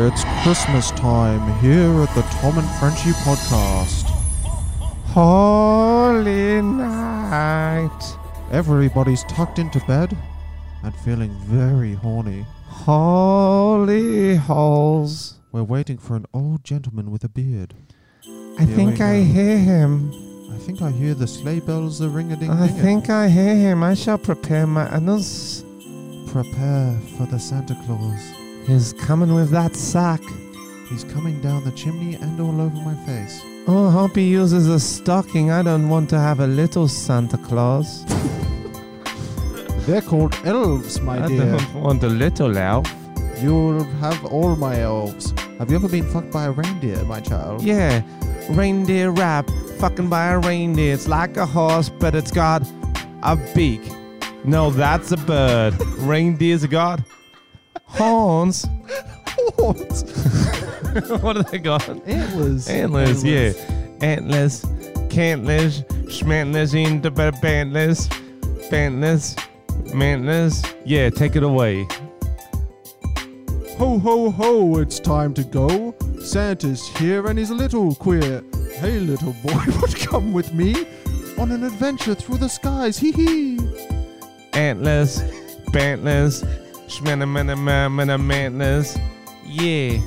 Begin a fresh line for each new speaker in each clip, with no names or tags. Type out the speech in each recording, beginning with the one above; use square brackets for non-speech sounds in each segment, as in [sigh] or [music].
It's Christmas time here at the Tom and Frenchie podcast. Holy night. Everybody's tucked into bed and feeling very horny. Holy holes. We're waiting for an old gentleman with a beard.
I
Here
think
we
I
go.
hear him.
I think I hear the sleigh bells a ring a ding.
I think I hear him. I shall prepare my annals.
Prepare for the Santa Claus.
He's coming with that sack.
He's coming down the chimney and all over my face.
Oh, hope he uses a stocking. I don't want to have a little Santa Claus.
They're called elves, my
I
dear.
don't want a little elf.
You'll have all my elves. Have you ever been fucked by a reindeer, my child?
Yeah, reindeer rap. Fucking by a reindeer. It's like a horse, but it's got a beak. No, that's a bird. [laughs] Reindeer's got horns.
Horns.
[laughs] what are they got?
Antlers.
Antlers, yeah. Antlers, cantlers, schmantlers, into the bantlers, bantlers, mantlers. Yeah, take it away.
Ho, ho, ho, it's time to go. Santa's here and he's a little queer. Hey, little boy, [laughs] would come with me on an adventure through the skies. Hee hee.
Antlers, bantlers, schmantlers, Yeah.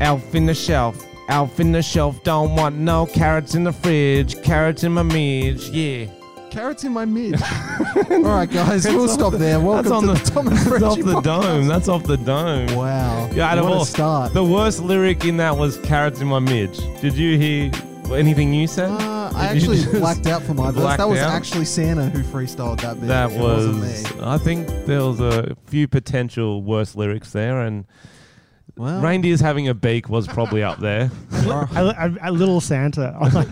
Elf in the shelf, elf in the shelf, don't want no carrots in the fridge, carrots in my midge, yeah.
Carrots in my
[laughs]
mid. all right, guys, we'll stop there.
That's
Welcome
on the,
to the
[laughs]
Tom and
that's off
Frenchie
the
podcast.
dome, that's off the dome.
Wow.
Yeah, out of
what
all-
a start. Uh,
The worst lyric in that was carrots in my midge. Did you hear anything you said?
Uh, I
Did [laughs] you
actually
just-
blacked out for my verse.
Blacked
That was
out?
actually Santa who freestyled that bit.
That
it
was.
not me.
I think there was a few potential worst lyrics there, and
Well,
reindeers having a beak was probably up [laughs] there.
I, I, I little Santa, [laughs] I'm
[laughs]
like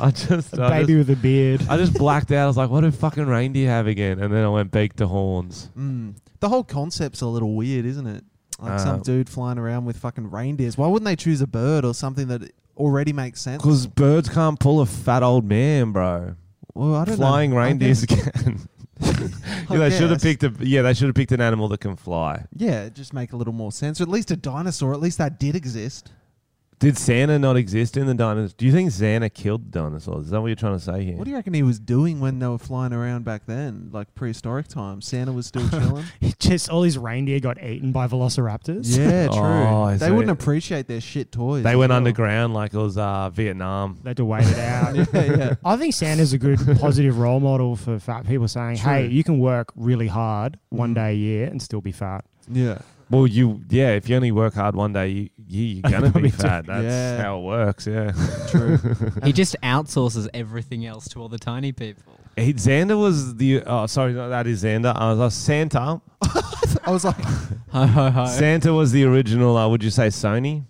I just,
a
I
baby
just,
with a beard.
I just blacked out. I was like, "What do fucking reindeer have again?" And then I went beak to horns.
mm, the whole concept's a little weird, isn't it? Like some
Uh,
dude flying around with fucking reindeers. Why wouldn't they choose a bird or something that already makes sense?
Because birds can't pull a fat old man, bro.
Well, I don't know.
Flying
I
reindeers
guess-
again. [laughs]
I
they should have
guess.
picked a. Yeah, they should have picked an animal that can fly.
Yeah, it just make a little more sense. Or at least a dinosaur. At least that did exist.
Did Santa not exist in the dinosaurs? Do you think Santa killed the dinosaurs? Is that what you're trying to say here?
What do you reckon he was doing when they were flying around back then, like prehistoric times? Santa was
[laughs]
still chilling.
Just all these reindeer got eaten by velociraptors.
yeah, true.
Oh, I
they
see.
wouldn't appreciate their shit toys.
they
as
went
well.
underground like it was uh, Vietnam.
They had to wait it
[laughs]
out.
yeah, yeah.
I think Santa's a
[laughs]
good positive role model for fat people saying,
True.
hey, you can work really hard one
Mm.
day a year and still be fat.
Yeah.
Well, you yeah. If you only work hard one day, you, you
[laughs]
you're gonna be
Probably do.
fat. That's
Yeah.
how it works. Yeah.
True. [laughs]
He just outsources everything else to all the tiny people. [laughs]
He, Xander was the oh sorry no, that is Xander. I was like Santa.
I was like, [laughs]
Ho ho ho.
Santa was the original. Uh, would you say Sony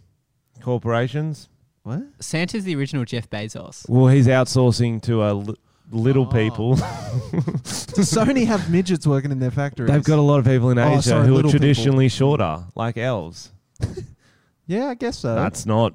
corporations? [laughs]
what?
Santa's the original Jeff Bezos.
Well, he's outsourcing to uh, li- little
Oh.
people.
Does Sony have midgets working in their factories?
[laughs] They've got a lot of people in
Oh,
Asia
sorry,
who are
little people.
traditionally shorter, like elves.
yeah, I guess so.
That's not.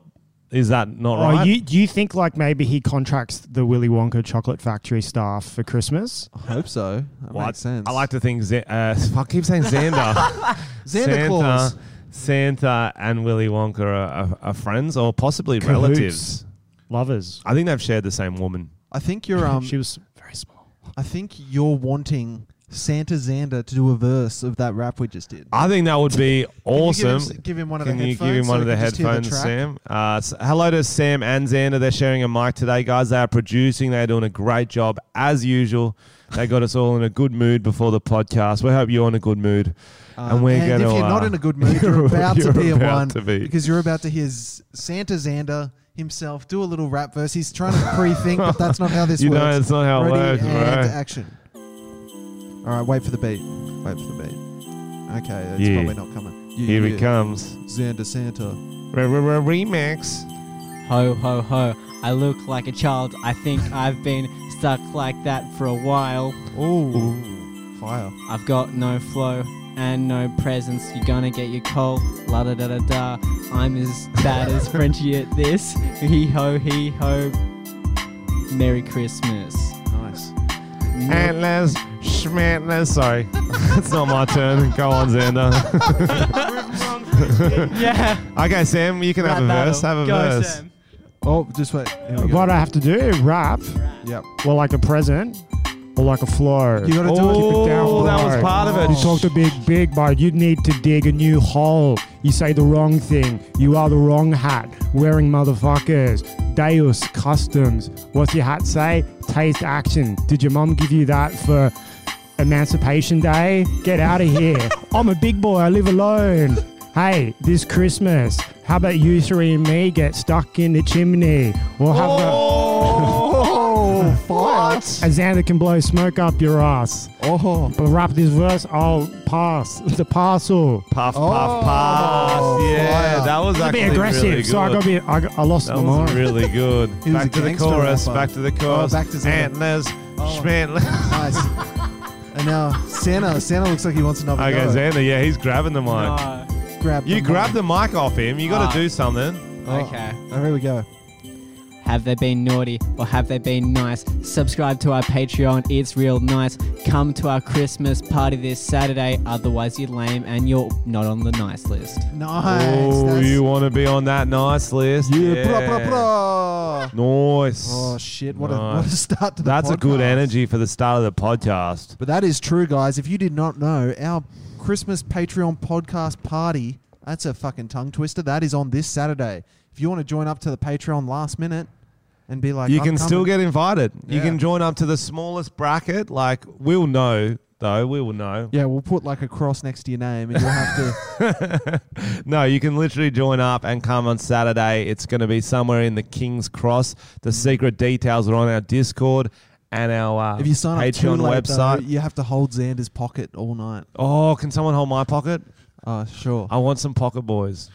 Is that not
Oh,
right?
you, do you think like maybe he contracts the Willy Wonka chocolate factory staff for Christmas?
I hope so. That
Well,
makes sense.
I like to think. Z- [laughs] uh, I keep saying [laughs] Xander.
Santa Claus.
Santa and Willy Wonka are, are, are friends or possibly
Cahoots.
relatives.
Lovers.
I think they've shared the same woman.
I think you're
[laughs]
um.
she was very small.
I think you're wanting Santa Xander to do a verse of that rap we just did.
I think that would be awesome.
Can you give him, give him one of
Can
the
you
headphones?
give him
so
one
we
of the
can just hear
headphones,
track?
Sam? Uh, s hello to Sam and Xander. They're sharing a mic today, guys. They are producing. They're doing a great job as usual. They got us all in a good mood before the podcast. We hope you're in a good mood.
Um,
and we're
and
gonna, [laughs]
if you're not
uh,
in a good mood, you're, about
you're
to be in
about
one
to be.
because you're about to hear Z- Santa Xander. himself, do a little rap verse. He's trying to pre-think, but that's not how this
[laughs] you
works.
know, it's not how it
Ready
works,
and
bro.
action. All right, wait for the beat. Wait for the beat. Okay, it's
Yeah.
probably not coming. Yeah,
Here
yeah.
it comes.
Xander Santa.
Remix.
Ho, ho, ho. I look like a child. I think I've been stuck like that for a while.
Ooh, fire.
I've got no flow and no presence. You're gonna get your coal. La da da da da. I'm as bad as Frenchie at this. [laughs] Hee ho, hee ho. Merry Christmas.
Nice.
Atlas. Schmatlas. Sorry. [laughs] it's not my turn. Go on, Xander. [laughs]
Yeah.
okay, Sam, you can have a verse. Have a verse.
Oh, just wait. Here we go.
What I have to do? Rap?
Yep.
Well, like a present? Or like a floor?
You gotta do
Oh,
it.
down
that
low.
was part of it.
You talked a big, big bard. You need to dig a new hole. You say the wrong thing. You are the wrong hat. Wearing motherfuckers. Deus customs. What's your hat say? Taste action. Did your mom give you that for Emancipation Day? Get out of here. I'm a big boy. I live alone. Hey, this Christmas, how about you three and me get stuck in the chimney? We'll have
[laughs] Oh, fire.
a, a Xander can blow smoke up your ass.
Oh,
But wrap this verse, I'll pass the parcel.
Puff,
Oh,
puff, pass. yeah,
fire.
that was
Gotta
actually
be aggressive,
really good.
so I got be, I, got- I lost
that
my
was
mind.
really good.
[laughs] He was a
back to the
gangster
chorus.
rapper. Oh,
Back to the chorus.
back to Xander.
Antlers.
Oh. [laughs]
[laughs] Schmantlers.
nice. and now Santa. Santa looks like he wants another
Okay,
go.
Xander. Yeah, he's grabbing the mic.
Oh. Grab
You
the
grab
mic.
the mic off him. You got
Ah.
to do something.
Oh.
Okay.
Oh, here we go.
Have they been naughty or have they been nice? Subscribe to our Patreon, it's real nice. Come to our Christmas party this Saturday, otherwise you're lame and you're not on the nice list.
Nice.
oh,
that's-
you want to be on that nice list?
Yeah, Bra, bra, bra.
Nice.
Oh shit! What, a, what
Nice.
a start to the
That's a good
podcast.
energy for the start of the podcast.
But that is true, guys. If you did not know, our Christmas Patreon podcast party, that's a fucking tongue twister. That is on this Saturday. If you want to join up to the Patreon last minute and be like,
you
"I'm
can still
coming,"
get invited. You
Yeah.
can join up to the smallest bracket. Like we'll know though. We will know.
Yeah, we'll put like a cross next to your name and you'll have to.
No, you can literally join up and come on Saturday. It's going to be somewhere in the King's Cross.
Mm.
The secret details are on our Discord and our uh,
If you sign up too
Patreon
late, though,
website.
you have to hold Xander's pocket all night.
Oh, can someone hold my pocket?
Oh, sure.
I want some
[laughs]
pocket boys.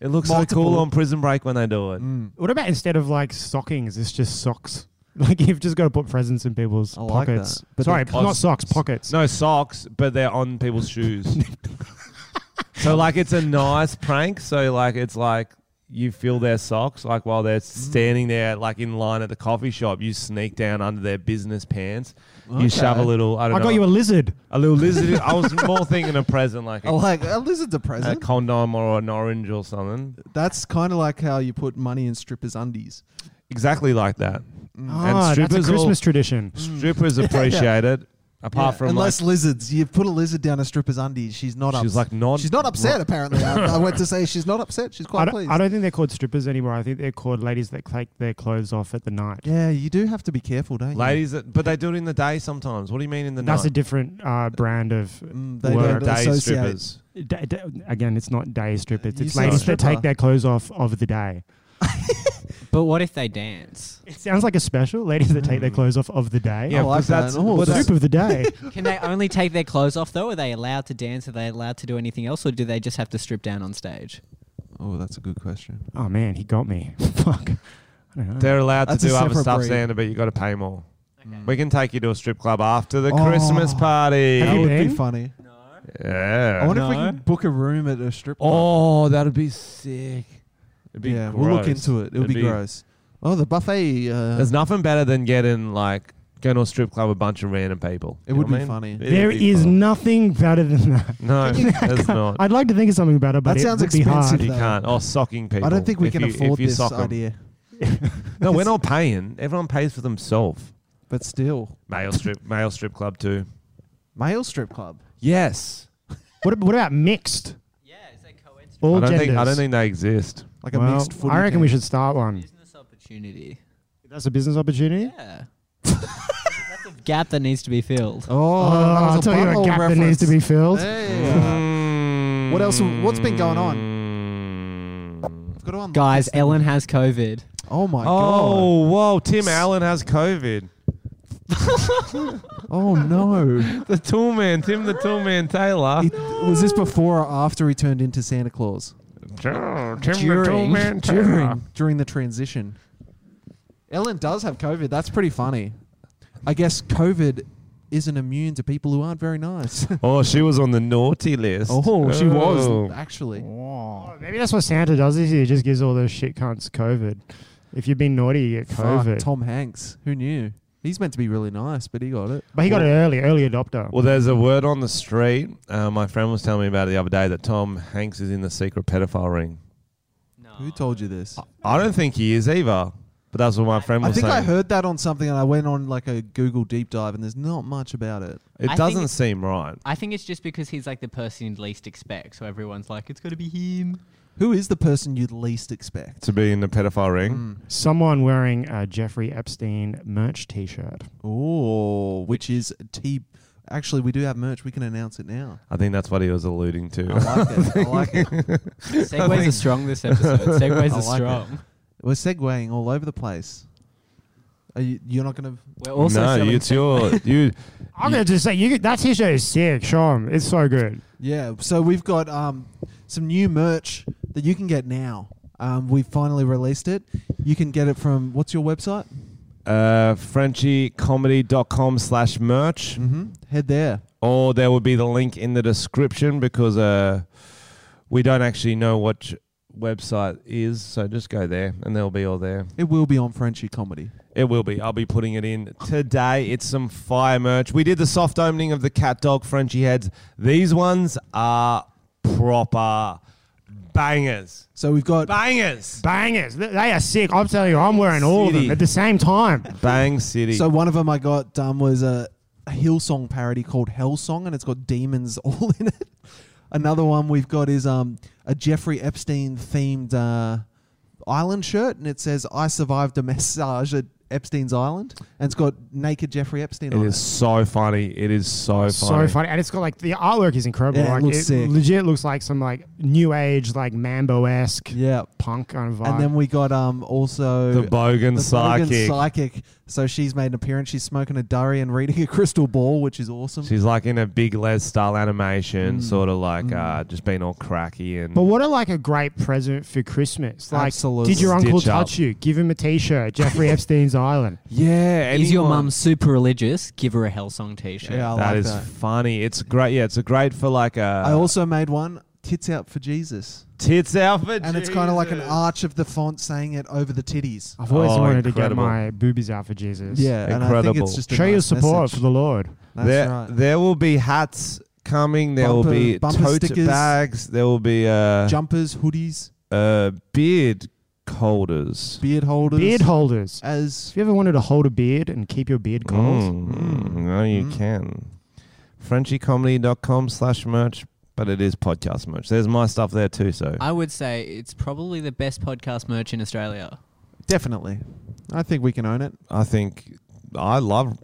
It looks so cool
Multiple.
on Prison Break when they do it.
What about instead of like stockings, it's just socks? [laughs] Like you've just got to put presents in people's
I like that.
pockets.
But
Sorry,
they're
not
cos-
socks, pockets.
No socks, but they're on people's
[laughs]
shoes. so like it's a nice prank. So like it's like you feel their socks like while they're
Mm.
standing there like in line at the coffee shop. You sneak down under their business pants. You shove a little. I
I
don't know.
got you a lizard.
a little lizard. I was more thinking a present like
I [laughs]
a,
like a lizard's a
a
present.
condom or an orange or something.
That's kind of like how you put money in strippers' undies.
Exactly like that.
Ah, that's a
Mm. strippers all-
Christmas tradition.
Strippers appreciate it. Apart
Mm. Yeah,
from like,
unless lizards, you put a lizard down a stripper's undies, she's not.
She's
ups-
like, "Not
She's not upset. Apparently, I, I went to say she's not upset. She's
I
quite
don't,
pleased.
I don't think they're called strippers anymore. I think they're called ladies that take their clothes off at the night.
yeah, you do have to be careful, don't you?
ladies, that, but they do it in the day sometimes. What do you mean in the
That's
night?
a different uh, brand of.
Mm, they
Word.
don't
day
associate. Oh,
strippers.
Da- da- again, it's not day strippers.
You
It's
said
ladies that
stripper.
take their clothes off of the day.
But what if they dance?
It sounds like a special. Ladies that take their clothes off of the day.
Mm. Yeah,
I like
because that's
that. Oh,
well,
that's-
Soup of
[laughs]
the day.
Can they only take their clothes off though? Are they allowed to dance? Are they allowed to do anything else or do they just have to strip down on stage?
Oh, that's a good question.
oh man, he got me. [laughs] Fuck. I don't know.
They're allowed
Mm. That's
to
a
do other
separate
stuff,
breed.
Xander, but you got to pay more. We can take you to a strip club after the
Oh.
Christmas party.
Have
That
you
would be
been?
funny. I
Yeah.
wonder if we
No.
can book a room at a strip club.
Oh, that'd be sick. It'd be
yeah, we'll look
gross.
into it. It'll
It'd
be, gross. Oh, the buffet. Uh,
There's nothing better than getting like going to a strip club with a bunch of random people.
It
You know
would
what
be
I mean?
funny.
It'd
There
be
is
fun.
nothing better than
[laughs]
that.
no,
[laughs]
there's not.
I'd like to think of something better, but
That
it
sounds
would be hard.
expensive.
You can't. Oh, socking people.
I don't think we
If
can
you- if
afford
you
this
sock 'em.
idea.
No, we're not paying. Everyone pays for themselves.
But still,
Male strip, male strip club too.
male strip club.
Yes.
What, ab- what about mixed?
Yeah, is that co-ed
All
I don't
genders.
think I don't think they exist.
Like a
Well,
mixed footy
I reckon
team.
we should start one.
business opportunity?
That's a business opportunity.
Yeah. [laughs] That's a gap that needs to be filled.
Oh,
Oh,
that was
I'll tell you
butthole
a gap
reference. Eh? uh,
that needs to be filled.
Hey. What else? What's been going on?
Mm.
got to unlock
Guys,
this thing.
Ellen has COVID.
Oh my god.
oh, whoa. Tim Allen has COVID.
[laughs] Oh [laughs] no.
The tool man, Tim the tool man Taylor.
It- was this before or after he turned into Santa Claus?
Tim
[laughs]
During-
during during the transition. Ellen does have COVID. That's pretty funny. I guess COVID isn't immune to people who aren't very nice. [laughs]
Oh, she was on the naughty list.
oh, she
Oh.
was actually.
Oh, Maybe that's what Santa does this year. He just gives all those shit cunts COVID. If you've been naughty, you get
Fuck,
COVID.
Tom Hanks. Who knew? He's meant to be really nice, but he got it.
but he got it early, early adopter.
Well, there's a word on the street. Uh, my friend was telling me about it the other day that Tom Hanks is in the secret pedophile ring.
Who told you this?
I don't think he is either, but that's what my friend was
I think
saying.
I heard that on something, and I went on like a Google deep dive, and there's not much about it.
It
I
doesn't
think-
seem right.
I think it's just because he's like the person you'd least expect, so everyone's like, it's gotta be [laughs] him.
Who is the person you'd least expect?
To be in the pedophile ring,
Mm.
Someone wearing a Jeffrey Epstein merch T-shirt.
Oh, which is T. Actually, we do have merch. We can announce it now.
I think that's what he was alluding
I
to.
like it. I like it.
Segways are strong this episode. [laughs] Segways
I like it.
are strong.
We're segueing all over the place. Are you, you're not going to.
We're also
[laughs] no,
selling
[laughs]
it's your you.
I'm gonna just say you. could- That T-shirt is sick. Show him. It's so good.
Yeah. So we've got um, some new merch that you can get now. Um, we finally released it. You can get it from what's your website?
Uh, FrenchieComedy.com slash merch,
Mm-hmm. Head there.
or there will be the link in the description because uh, we don't actually know what j- website is, so just go there and they'll be all there.
It will be on Frenchy Comedy.
It will be. I'll be putting it in today. It's some fire merch. We did the soft opening of the cat dog Frenchie heads. These ones are proper bangers.
So we've got.
Bangers.
Bangers. Th- They are sick. I'm telling you, I'm wearing all of
City.
them at the same time.
Bang City.
So one of them I got done was a Hillsong parody called Hell Song, and it's got demons [laughs] all in it. Another one we've got is um, a Jeffrey Epstein themed uh, island shirt, and it says "I survived a massage at Epstein's island," and it's got naked Jeffrey Epstein
it
on
is so funny. It is so funny.
So funny, and it's got like the artwork is incredible.
Yeah, it
like,
looks sick.
Legit looks like some like new age, like Mambo esque,
it. Yeah.
punk kind of vibe.
And then we got um also
The
the
Bogan
Bogan
Psychic.
psychic. So she's made an appearance. She's smoking a durry and [laughs] reading a crystal ball, which is awesome.
She's like in a big Les style
Mm.
animation, sort of like uh, just being all cracky and
But what a like a great present for Christmas! Like,
Absolutely.
did your uncle
Stitch up.
touch you? Give him a
[laughs]
T-shirt. Jeffrey Epstein's Island.
yeah.
Is your
anyone-
mum super religious? Give her a Hellsong t-shirt.
yeah, I
That
like
is
that.
funny. It's great. Yeah, it's a great for like a
I also made one. Tits out for Jesus.
tits outfit.
and it's kind of like an arch of the font saying it over the titties.
I've always
Oh,
wanted
incredible.
to get my boobies out for Jesus.
and I think
Incredible.
it's just a
show your
nice
support
message.
for the Lord.
That's
there,
right.
there will be hats coming. There will
Bumper-
be
bumper
tote
stickers.
bags. There will be uh,
Jumpers, hoodies,
uh, beard holders.
beard holders,
Beard holders.
as
If you ever wanted to hold a beard and keep your beard cold,
Mm, mm,
Hmm.
no, you can. FrenchieComedy.com slash merch, but it is podcast merch. There's my stuff there too, so.
I would say it's probably the best podcast merch in Australia.
definitely. I think we can own it.
I think I love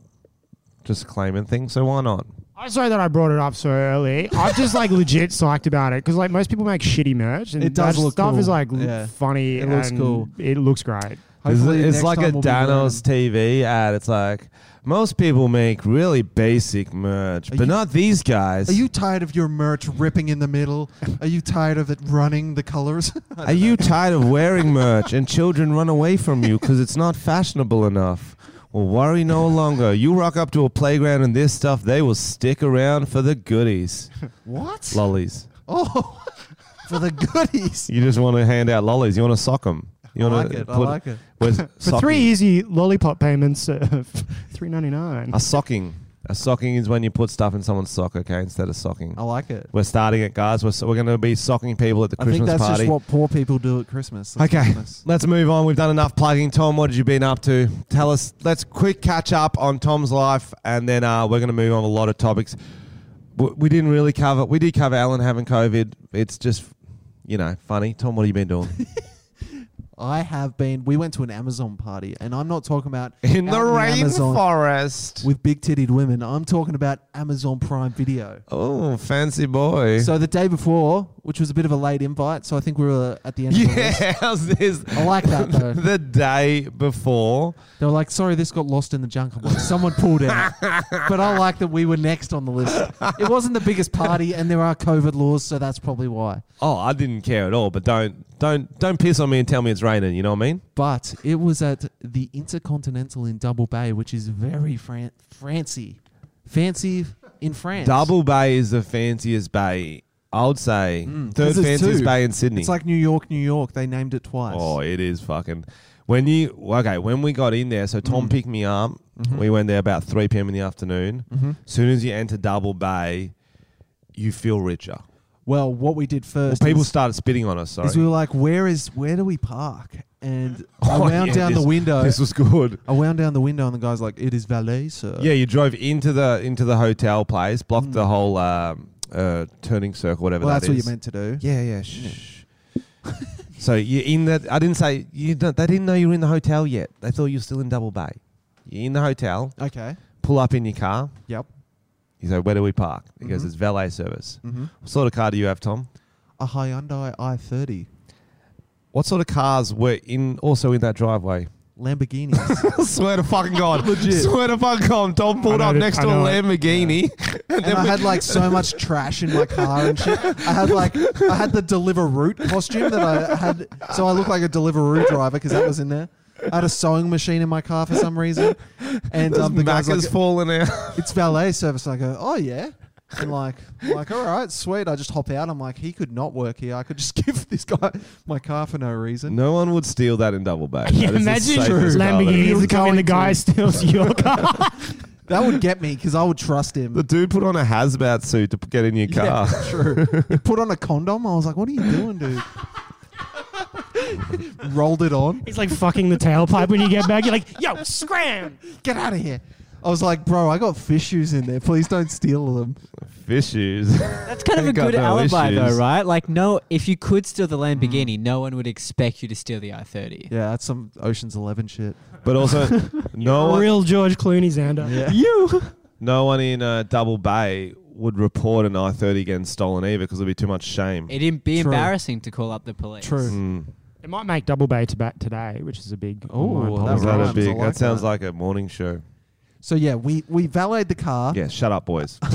just claiming things, so why not?
I'm sorry that I brought it up so early. I'm just like [laughs] legit psyched about it because like most people make shitty merch and
It does
that
look
stuff is
cool.
like l-
Yeah.
funny.
It looks
and
cool.
It looks great.
It's,
Hopefully
it's
next
like
time
a
we'll be
Danos
wearing-
TV ad. It's like most people make really basic merch,
Are
but
you-
not these guys.
Are you tired of your merch ripping in the middle? Are you tired of it running the
[laughs]
colors?
Are you tired of wearing merch and children run away from you because it's not fashionable enough? Well, worry no longer. You rock up to a playground and this stuff, they will stick around for
[laughs]
the goodies.
what?
Lollies.
Oh, for the
[laughs]
goodies.
You just want to hand out lollies. You want to sock them. You
I
wanna
like it. I
put-
like it. [laughs]
Where's
For
socking?
three easy lollipop payments of [laughs] three ninety nine.
A socking. A socking is when you put stuff in someone's sock, okay, instead of socking.
I like it.
We're starting it, guys. We're, so, we're going to be socking people at the
Oh. I
Christmas
think that's
party.
just what poor people do at Christmas. That's
Okay,
Christmas.
let's move on. We've done enough plugging. Tom, what have you been up to? Tell us. Let's quick catch up on Tom's life, and then uh, we're going to move on a lot of topics. W- We didn't really cover. We
[laughs]
did cover Alan having COVID. It's just, you know, funny. Tom, what have you been doing?
I have been. We went to an Amazon party, and I'm not talking about
[laughs] [laughs] in the
out Amazon
rainforest.
with big titted women. I'm talking about Amazon Prime Video.
Oh, fancy boy.
So the day before, which was a bit of a late invite, so I think we were at the end. Of the list.
[laughs] yeah, how's this?
I like
[laughs]
that though.
the day before.
They were like, "Sorry, this got lost in the junk." I'm like, "Someone pulled
[laughs]
out," but I like that we were next on the list. It wasn't the biggest party, and there are COVID laws, so that's probably why.
Oh, I didn't care at all. But don't don't don't piss on me and tell me it's raining. You know what I mean?
But it was at the Intercontinental in Double Bay, which is very fran- fancy, fancy in France.
Double Bay is the fanciest bay. I would say third
'cause there's
fanciest
Mm. two.
bay in Sydney.
It's like New York, New York. They named it twice.
oh, it is fucking. When you okay, when we got in there, so Tom
Mm.
picked me up.
Mm-hmm.
We went there about three p.m. in the afternoon. Soon as you enter Double Bay, you feel richer.
Well, what we did
Well,
first
people
is,
started spitting on us. Sorry.
is we were like, "Where is where do we park?" And I
[laughs] Oh,
wound
yeah,
down
this-
the window.
[laughs]
[laughs]
This was good.
I wound down the window, and the guy's like, "It is valet, sir."
Yeah, you drove into the into the hotel place, blocked the whole um, uh, turning circle, whatever.
well,
that
that's what
is.
you meant to do.
Yeah, yeah. Shh. so you're in that. I didn't say you. Don't, they didn't know you were in the hotel yet. They thought you were still in Double Bay. You're in the hotel.
Okay.
Pull up in your car.
Yep.
You say, "Where do we park?" He goes, "It's valet service."
Mm-hmm.
What sort of car do you have, Tom?
A Hyundai i30,
What sort of cars were in also in that driveway? [laughs]
Lamborghinis.
swear to fucking [laughs] god!
Legit.
Swear to fucking god! Tom
I
pulled
know
up
it-
next
I
to a
know
[laughs]
it.
Lamborghini.
and I had like so much trash in my car and shit. I had like I had the deliver root costume that I had, so I looked like a deliver root driver because that was in there. I had a sewing machine in my car for some reason, and um, the guy's
Macca's
like,
falling out. [laughs]
"It's valet service." I go, "Oh yeah." And like, like, all right, sweet. I just hop out. I'm like, he could not work here. I could just [laughs] give this guy my car for no reason.
No one would steal that in Double Bay.
[laughs] Yeah,
That is the
imagine
safest car there is.
Lamborghinis are coming. The
[laughs]
guy steals your car. [laughs]
That would get me because I would trust him.
The dude put on a hazmat suit to p- get in your car.
[laughs] Yeah, true. He put on a condom. I was like, what are you doing,
[laughs]
dude? Rolled it on.
He's like fucking the tailpipe when you get back. You're like, yo, scram.
Get out of here. I was like, bro, I got fish shoes in there. Please don't steal them.
Fishes.
That's kind of a
Ain't got
good
no
alibi,
issues.
though, right? Like, no, if you could steal the Lamborghini, no one would expect you to steal the i30.
Yeah, that's some Ocean's Eleven shit. [laughs]
But also, no one,
Real George Clooney, Xander.
You.
no one in uh, Double Bay would report an I thirty getting stolen either because it'd be too much shame.
It'd be
True.
embarrassing to call up the police.
Mm.
It might make Double Bay to bat today, which is a big. online
that
policy.
Is
was
that, a
rhymes. I
big,
like
that sounds
that.
like a morning show.
So yeah, we we valeted the car.
Yeah, shut up, boys. [laughs]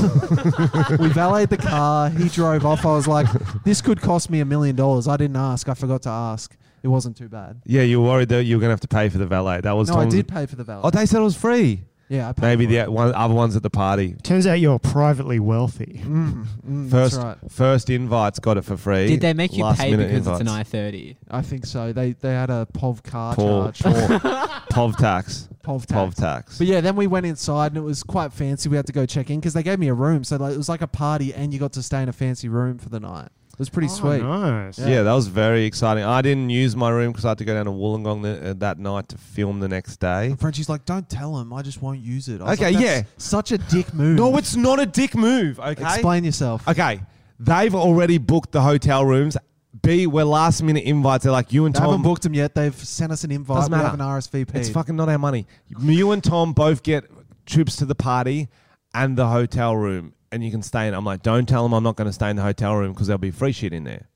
We valeted the car. He drove off. I was like, this could cost me a million dollars. I didn't ask. I forgot to ask. It wasn't too bad.
yeah, you were worried that you were gonna have to pay for the valet. That was
No, I
Tom's-
did pay for the valet.
Oh, they said it was free.
yeah, I paid
Maybe
for it.
the one, other ones at the party.
Turns out you're privately wealthy.
Mm, mm,
First,
that's right.
first invites got it for free.
Did they make you
Last
pay
minute
because it's an i30?
I think so. They they had a POV car
Paul,
charge.
[laughs] Pov tax.
POV [laughs] tax.
Pov tax.
But yeah, then we went inside and it was quite fancy. We had to go check in because they gave me a room, so like, it was like a party, and you got to stay in a fancy room for the night. It was pretty sweet.
Oh, Nice.
Yeah. that was very exciting. I didn't use my room because I had to go down to Wollongong the, uh, that night to film the next day.
And Frenchie's like, "Don't tell him. I just won't use it." I was
Okay,
like,
yeah.
"That's such a
[laughs]
dick move.
No, it's not a dick move. Okay,
explain yourself.
Okay, they've already booked the hotel rooms. B, we're last minute invites. They're like you and
They haven't
Tom.
booked them yet. They've sent us an invite.
Doesn't
we
matter.
have an RSVP.
it's fucking not our money. You and Tom both get trips to the party and the hotel room, and you can stay in. I'm like, don't tell them I'm not going to stay in the hotel room because there'll be free shit in there.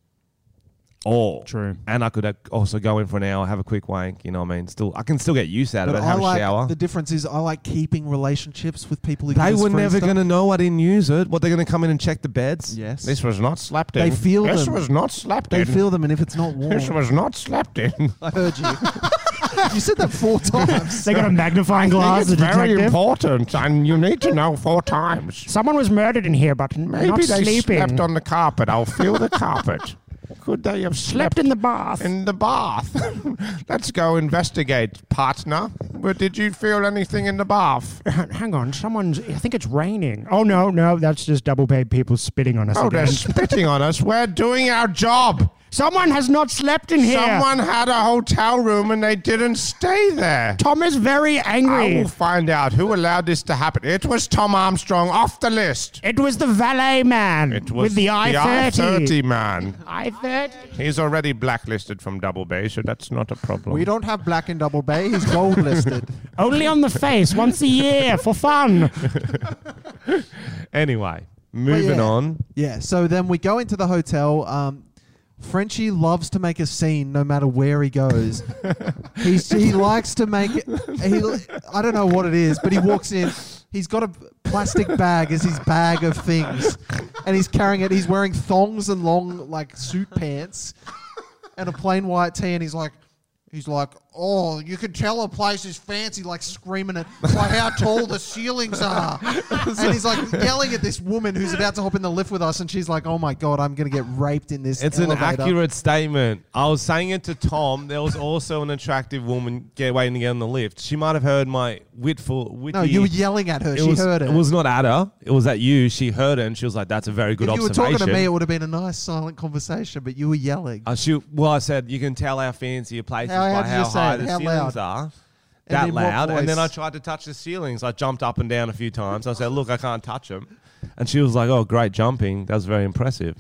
Or
True.
and I could uh, also go in for an hour, have a quick wank. You know what I mean? Still, I can still get use out
But
of it.
I
Have
like
a shower.
the difference is I like keeping relationships with people who
They
give us
were
free
never
stuff.
going to know I didn't use it. What, they're going to come in and check the beds?
Yes.
This was not slept in.
They feel
This
them.
was not slept
They
in.
feel them, and if it's
[laughs]
not warm,
this was not slept in.
I heard you. [laughs] you said that
[laughs]
four times.
They got a magnifying glass.
it's
The
very
detective.
important, and you need to know four times.
Someone was murdered in here, but
Maybe
not
they
sleeping.
slept on the carpet. I'll feel the carpet. Could they have
Slept
slept
in the
[laughs]
bath.
in the bath? Let's go investigate, partner. But did you feel anything in the bath?
Hang on, someone's. I think it's raining. Oh no, no, that's just double paid people spitting on us.
Oh, they're
again.
spitting on us. We're doing our job.
Someone has not slept in here.
Someone had a hotel room and they didn't stay there.
Tom is very
I
angry.
will find out who allowed this to happen. It was Tom Armstrong off the list.
It was the valet man
It was
with the I thirty.
I-30 man.
I thirty.
He's already blacklisted from Double Bay, so that's not a problem.
We don't have black in Double Bay. He's gold listed.
Only on the face once a year
[laughs]
for fun.
Anyway, moving
yeah.
on.
[laughs] yeah. So then we go into the hotel. Um, Frenchie loves to make a scene no matter where he
[laughs]
goes. He's, he likes to make it. He, I don't know what it is, but he walks in. He's got a plastic bag as his bag of things, and he's carrying it. He's wearing thongs and long like suit pants, and a plain white tee, and he's like. He's like, oh, you can tell a place is fancy, like screaming it by how tall the ceilings
[laughs]
are. And he's like yelling at this woman who's about to hop in the lift with us, and she's like, oh my god, I'm gonna get raped in this.
It's
elevator.
an accurate statement. I was saying it to Tom. There was also an attractive woman get waiting to get on the lift. She might have heard my witful witty.
No, you were yelling at her. she
was,
heard it.
was not at her. It was at you. She heard it and she was like, "That's a very good
if you were
observation."
talking to me, it would have been a nice silent conversation, but you were yelling.
Uh, she, well, I said you can tell how fancy your place
How-
is
how
by
did
how
you say
high
it?
the
How
ceilings
loud?
are.
And
That
in what
loud, and then I
voice?
tried to touch the ceilings. I jumped up and down a few times. I said, "Look, I can't touch them," and she was like, "Oh, great jumping! That was very impressive."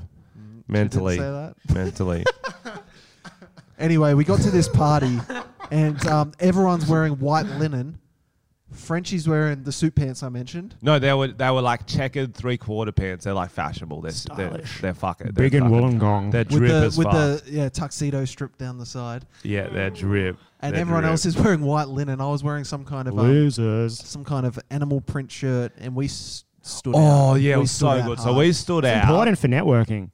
Mentally,
Mm-hmm. say that. [laughs]
mentally,
Anyway, we got to this
[laughs]
party, and um, everyone's wearing white linen. Frenchie's wearing the suit pants I mentioned.
no, they were they were like checkered three quarter pants. They're like fashionable. They're they're,
Stylish.
they're fucking
Big
they're
and
fucking-
Wollongong.
They're drip
with the
as
with
fuck.
the yeah tuxedo stripped down the side,
yeah, they're drip.
and
They're
everyone
drip.
else is [laughs] wearing white linen. I was wearing some kind of um,
Losers.
some kind of animal print shirt, and we s- stood.
Oh
out.
yeah, it
We
was
stood
so
out
good. So
hard.
we stood out.
Important for networking.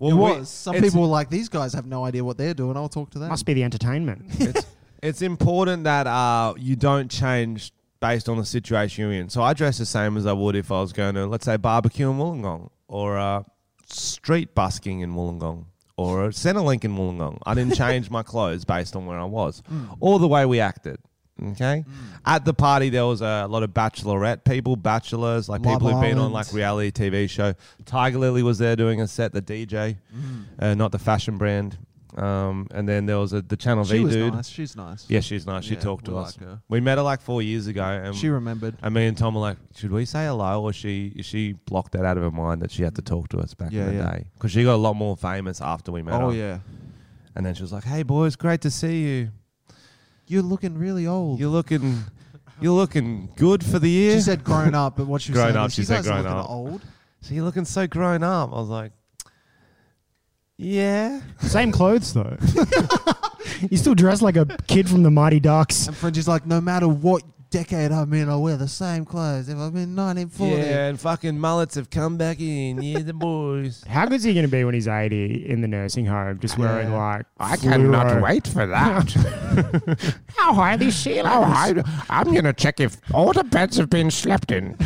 Well,
It
we-
was. Some
it's-
people were like, "These guys have no idea what they're doing." I'll talk to them.
Must be the entertainment.
[laughs] it's, it's important that uh, you don't change based on the situation you're in. So I dress the same as I would if I was going to, let's say, barbecue in Wollongong or uh, street busking in Wollongong or a Centrelink in Wollongong.
[laughs]
I didn't change my clothes based on where I was
Mm.
or the way we acted. Okay. At the party, there was a lot of bachelorette people, bachelors, like
Love
people who've been on
Island.
like reality TV show. Tiger Lily was there doing a set, the DJ,
Mm-hmm.
uh, not the fashion brand. Um, and then there was a, the Channel
she
V
was
dude.
nice. She's nice.
Yeah, she's nice. She
Yeah,
talked to
we
us.
like her.
We met her like four years ago, and
She remembered.
and me and Tom were like, "Should we say hello?" Or she she blocked that out of her mind that she had to talk to us back
Yeah,
in the day. 'Cause
yeah. Oh,
day because she got a lot more famous after we met her.
yeah,
And then she was like, "Hey boys, great to see you.
you're looking really old.
You're looking, you're looking good for the year.
She said grown up, but what she was
Grown
saying
up,
was,
she
"You
said
guys
grown
are looking
up."
old.
so you're looking so grown up." I was like, "Yeah."
Same clothes though. [laughs] you still dress like a kid from the Mighty Ducks.
And Frenchie's like, no matter what decade I'm in, I wear the same clothes. If I'm in 1940,
Yeah, and fucking mullets have come back in. Yeah, the boys.
How good's he going to be when he's 80 in the nursing home, just wearing
Yeah.
like.
I cannot
fluoro-
wait for that. [laughs]
How high are these ceilings?
Oh, I, I'm going to check if all the beds have been slept
[laughs]
in.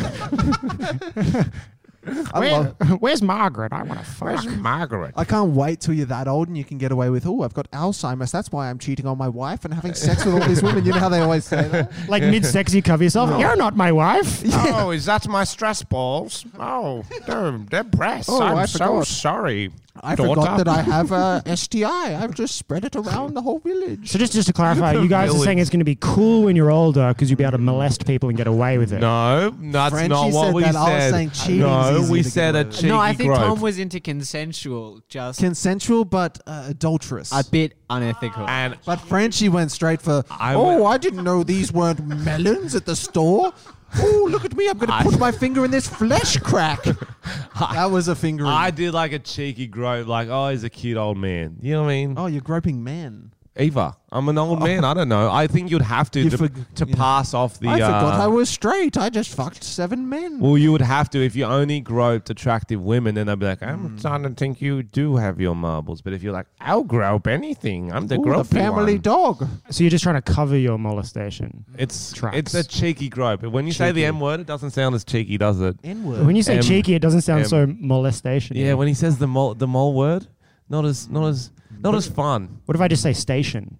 Where- where's Margaret? I want to fuck.
Margaret?
I can't wait till you're that old and you can get away with, oh, I've got Alzheimer's. That's why I'm cheating on my wife and having sex with all these women. You know how they always say
[laughs]
that?
Like mid sex, you cover yourself. You're not
[laughs]
my wife.
Oh, is that my stress balls? Oh, they're, they're breasts.
Oh,
I'm
I
so
forgot.
sorry.
I
daughter.
forgot that I
[laughs]
have uh, a STI. I've just spread it around the whole
[laughs]
village.
So just, just to clarify, you guys are
Really?
saying it's going to be cool when you're older because you'll be able to molest people and get away with
[laughs]
it.
No, that's
Frenchie
not what
said
we
that. I was
said.
saying cheating's
no,
easier
we
to get
said
away
a
with.
cheeky
no, I think
grope.
Tom was into consensual, just
Consensual but uh, adulterous.
a bit unethical.
and
but Frenchie went straight for,
I
oh,
went-
I didn't know these weren't melons at the store. Oh, look at me. I'm going
I-
to put my finger in this flesh crack.
[laughs]
that was a finger. in-
I did like a cheeky grope, like, oh, he's a cute old man. You know what I mean?
oh, you're groping man.
Either. I'm an old man. I don't know. I think you'd have to
You
to,
forg-
to
yeah.
pass off the.
I forgot
uh,
I was straight. I just fucked seven men.
Well, you would have to if you only groped attractive women, then they'd be like, "I'm starting to think you do have your marbles." But if you're like, "I'll grope anything. I'm the
Ooh,
gropey
the family
one,"
dog.
So you're just trying to cover your molestation.
it's
Tracks.
it's a cheeky grope. When you say the
Cheeky.
M word, it doesn't sound as cheeky, does it?
N word.
When you say
Um,
cheeky, it doesn't sound
um,
so molestation.
Yeah, when he says the mole the mole word, not as not as not as fun.
what if I just say station?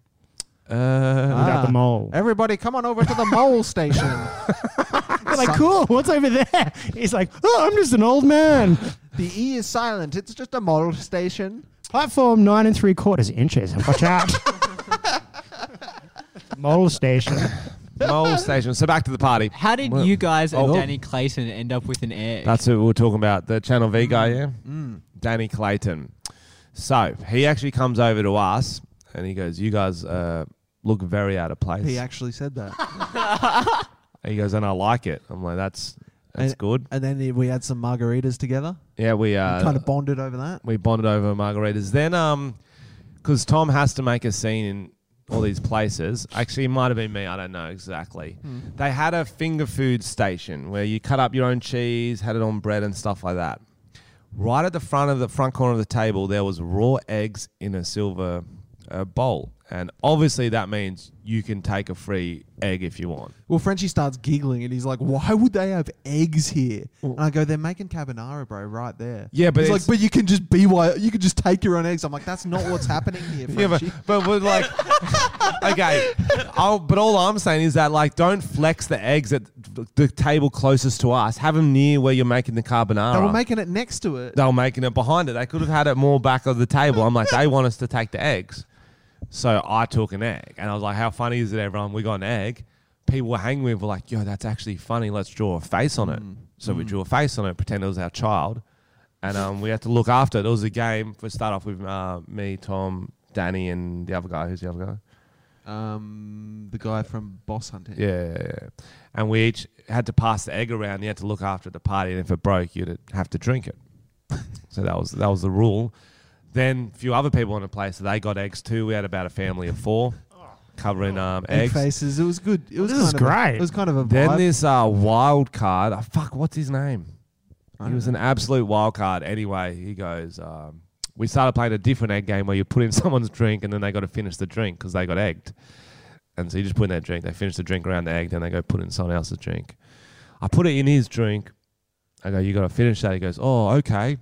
Uh,
without the mole.
Everybody, come on over to the mole station.
They're like, cool, what's over there? He's like, oh, I'm just an old man.
The E is silent. It's just a mole station.
Platform nine and three quarters inches. Watch [laughs] out. Mole station.
[laughs]
mole station. So back to the party.
How did
Well,
you guys and
oh.
Danny Clayton end up with an egg?
That's who we we're talking about. The Channel V guy, yeah?
Mm.
Danny Clayton. So he actually comes over to us and he goes, You guys uh, look very out of place.
He actually said that.
he goes, And I like it. I'm like, That's that's
And-
good.
And then we had some margaritas together.
Yeah, we uh,
kind of bonded over that.
we bonded over margaritas. Then, um, because Tom has to make a scene in all these places. Actually, it might have been me. I don't know exactly. They had a finger food station where you cut up your own cheese, had it on bread and stuff like that. Right at the front of the front corner of the table, there was raw eggs in a silver uh, bowl, and obviously that means you can take a free egg if you want.
Well, Frenchie starts giggling and he's like, "Why would they have eggs here?" And I go, "They're making carbonara, bro, right there."
Yeah, but
he's
it's-
like, "But you can just be why you can just take your own eggs." I'm like, "That's not what's happening here,
[laughs] Yeah,
Frenchie."
but, but we're like, [laughs] okay. I'll, but all I'm saying is that, like, don't flex the eggs at th- the table closest to us. Have them near where you're making the carbonara.
they were making it next to it.
They were making it behind it. They could have had it more back of the table. I'm like, they want us to take the eggs. So I took an egg and I was like, how funny is it, everyone? We got an egg. People were hanging with were like, yo, that's actually funny. Let's draw a face on it. So we drew a face on it, pretend it was our child. And um, we had to look after it. It was a game. We start off with uh, me, Tom, Danny, and the other guy. Who's the other guy?
Um, the guy from Boss Hunting.
Yeah, yeah, yeah. And we each had to pass the egg around. You had to look after the party, and if it broke, you'd have to drink it. [laughs] so that was that was the rule. Then a few other people in the place, so they got eggs too. We had about a family of four covering um,
Egg
eggs.
faces. It was good. It was
This is
kind of a-
great.
it was kind of a
Then
vibe.
this uh, wild card. Oh, fuck, what's his name? He was an absolute wild card. Anyway, he goes. Um, we started playing a different egg game where you put in [laughs] someone's drink and then they got to finish the drink because they got egged. And so you just put in their drink. They finish the drink around the egg, then they go put in someone else's drink. I put it in his drink. I go, you got to finish that. He goes, oh, okay.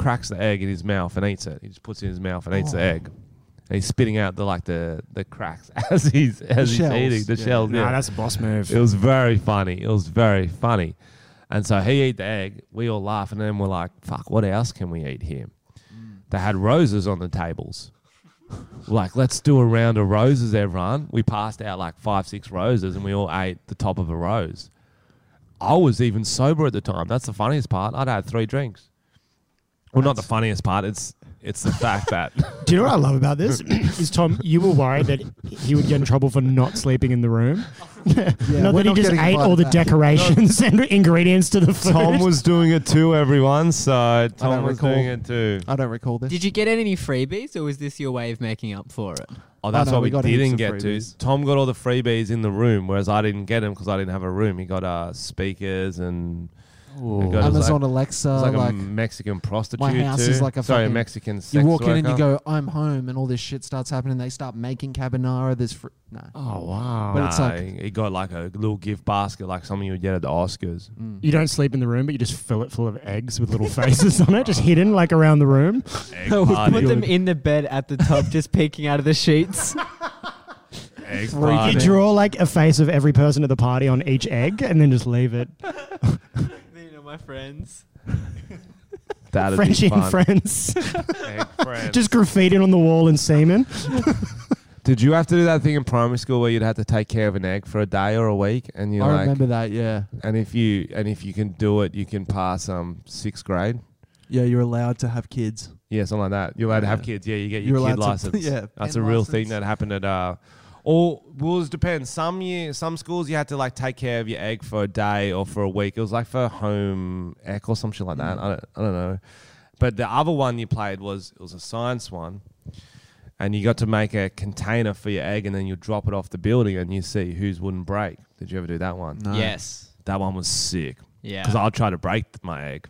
Cracks the egg in his mouth and eats it. He just puts it in his mouth and eats
Oh.
the egg. And he's spitting out the like the the cracks [laughs] as he's as he's
shells.
eating the
Yeah.
shells.
Nah,
yeah.
that's a boss move.
It was very funny. It was very funny. And so he ate the egg. We all laugh, and then we're like, "Fuck! What else can we eat here?" They had roses on the tables. [laughs] We're like, let's do a round of roses, everyone. We passed out like five, six roses, and we all ate the top of a rose. I was even sober at the time. That's the funniest part. I'd had three drinks. Well, not the funniest part. It's it's the fact that
Do you know what I love about [coughs] this? is Tom, you were worried that he would get in trouble for not sleeping in
[laughs]
the room. not
we're
that he
not
just
getting
ate
invited
all the
back.
decorations and ingredients to the
[laughs]
food.
Tom was doing it too. Everyone, so Tom was
recall.
doing it too.
I don't recall this.
Did you get any freebies, or was this your way of making up for it?
Oh, that's
no,
what
we
we,
got heaps
didn't
of
get to.
freebies.
Tom got all the freebies in the room, whereas I didn't get them because I didn't have a room. He got uh, speakers and he got- it was
Amazon
Like,
Alexa,
it was
like,
like, a Mexican prostitute.
house
too.
is like a
sorry, a
fucking-
Mexican. Sex
you walk
worker.
in and you go, "I'm home," and all this shit starts happening. They start making carbonara. There's fr- no.
Oh, wow.
But it's
Nah,
like-
he- he got like a little gift basket, like something you would get at the Oscars.
[laughs]
Mm.
You don't sleep in the room, but you just fill it full of eggs with little faces on it, just hidden like around the room.
[laughs]
Egg
[laughs] Put
party,
them in the bed at the [laughs] top, just peeking out of the sheets.
egg
You
party.
draw like a face of every person at the party on each egg and then just leave it.
[laughs] These are my friends.
That'd
Frenchie
be
and
fun.
[laughs]
friends.
Egg friends.
just graffitied on the wall and semen.
Did you have to do that thing in primary school where you'd have to take care of an egg for a day or a week, and you
I
like,
remember that. Yeah,
and if you and if you can do it, you can pass um sixth grade.
yeah. You're allowed to have kids.
Yeah, something like that. You're allowed to have kids. Yeah, you get your
You're
kid
allowed to- [laughs]
license.
yeah,
that's a
pen
real
license.
thing that happened at. Uh, or well, it depends. Some year, some schools you had to like take care of your egg for a day or for a week. It was like for home ec or some shit like
Mm.
that. I don't, I don't know. But the other one you played was it was a science one, and you got to make a container for your egg, and then you drop it off the building, and you see whose wouldn't break. Did you ever do that one? No.
Yes.
That one was sick.
Yeah.
Because I'll try to break my egg.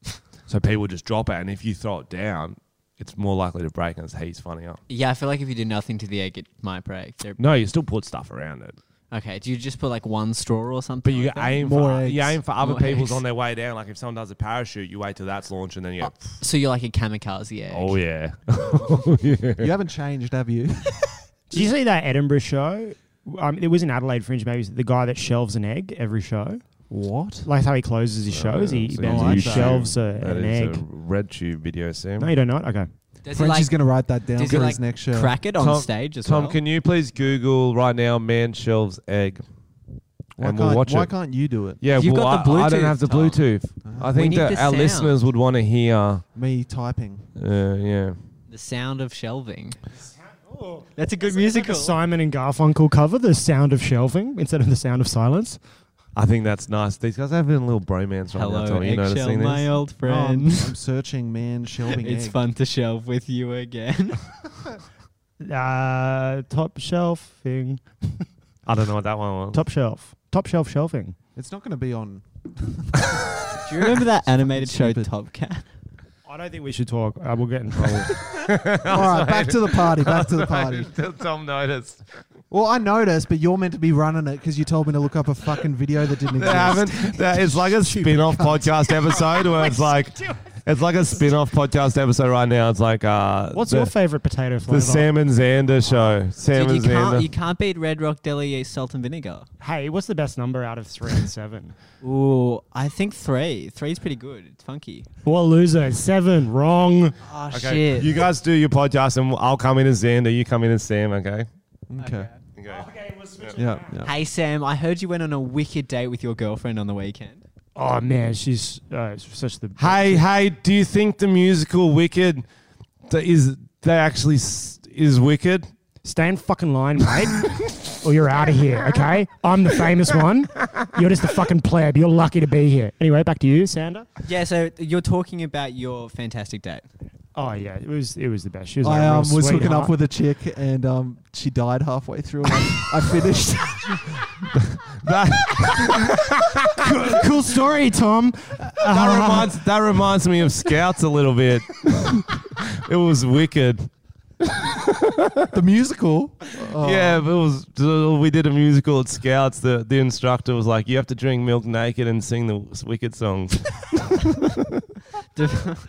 [laughs] so people just drop it. And if you throw it down, it's more likely to break and it's he's funny up.
Yeah, I feel like if you do nothing to the egg, it might break. They're-
No, you still put stuff around it.
okay, do you just put like one straw or something?
But you
like that?
aim
More
for you
eggs.
aim for other
More
people's
eggs.
on their way down. Like if someone does a parachute, you wait till that's launched and then you go,
So you're like a kamikaze egg.
Oh yeah. [laughs]
[laughs]
You haven't changed, have you?
Did you see that Edinburgh show? Um, it was in Adelaide Fringe. Maybe the guy that shelves an egg every show.
What?
Like how he closes his shows. he he
So
bends
you
it, he
should-
shelves a,
That
an
is
egg.
a red tube video, Sam.
no, you don't know. it? Okay.
Does he
Frenchie's
like
gonna write that down
does he
for
like
his next show.
crack it on
Tom-
stage as
Tom,
well?
can you please Google right now man shelves egg?
why
and
can't,
we'll watch
why
it.
can't you do it?
Yeah,
You've
well,
got the
I, I don't
Bluetooth,
have the
Tom. Uh-huh.
Bluetooth. I think
need
that our
the sound.
listeners would want to hear. Uh,
Me typing. Um,
yeah.
the sound of shelving. That's a good musical.
A Simon and Garfunkel cover, The Sound of Shelving, instead of The Sound of Silence.
I think that's nice. These guys are having a little bromance right now.
Hello,
Tom. You
eggshell,
noticing
my
this?
old
Oh, I'm,
friend.
I'm searching man shelving
it's
egg.
fun to shelve with you again.
Uh, top shelving.
I don't know what that one was.
Top shelf. Top shelf shelving.
It's not going to be
[laughs]
on.
[laughs] Do [laughs] you remember that animated show
Stupid.
Top Cat?
I don't think we should talk. Uh, we'll get in
[laughs]
trouble.
All right, back to the party. Back to the [laughs] party.
Tom noticed.
Well, I noticed, but you're meant to be running it because you told me to look up a fucking video that didn't
[laughs] [laughs] They
exist.
haven't. That, it's like a spin-off podcast episode where it's like, it's like a spin-off podcast episode right now. It's like, uh,
What's
the,
your favorite potato flavor?
the Sam and Xander show? Sam
Dude, you
and Xander.
can't you can't beat Red Rock Deli Salt and Vinegar.
Hey, what's the best number out of three and seven?
Ooh, I think three. Three's pretty good. It's funky.
what loser? Seven. Wrong.
Oh
okay,
shit.
you guys do your podcast, and I'll come in as Xander. You come in as Sam. Okay.
Okay.
Okay.
Yeah. yeah.
hey Sam, I heard you went on a wicked date with your girlfriend on the weekend.
Oh man, she's uh, such the.
Hey, hey, do you think the musical Wicked that is that actually s- is Wicked?
Stay in fucking line, mate, or you're out of here. Okay, I'm the famous one. You're just a fucking pleb. You're lucky to be here. Anyway, back to you, Sander.
Yeah, so you're talking about your fantastic date.
Oh yeah, it was it was the best. She was. Like
I
a real
um, was hooking up
sweetheart.
with a chick and um, she died halfway through. And I, I
[laughs]
finished.
That,
cool story, Tom.
that reminds that reminds me of Scouts a little bit. it was Wicked.
the musical.
Yeah, it was. so We did a musical at Scouts. The the instructor was like, "You have to drink milk naked and sing the Wicked songs." [laughs]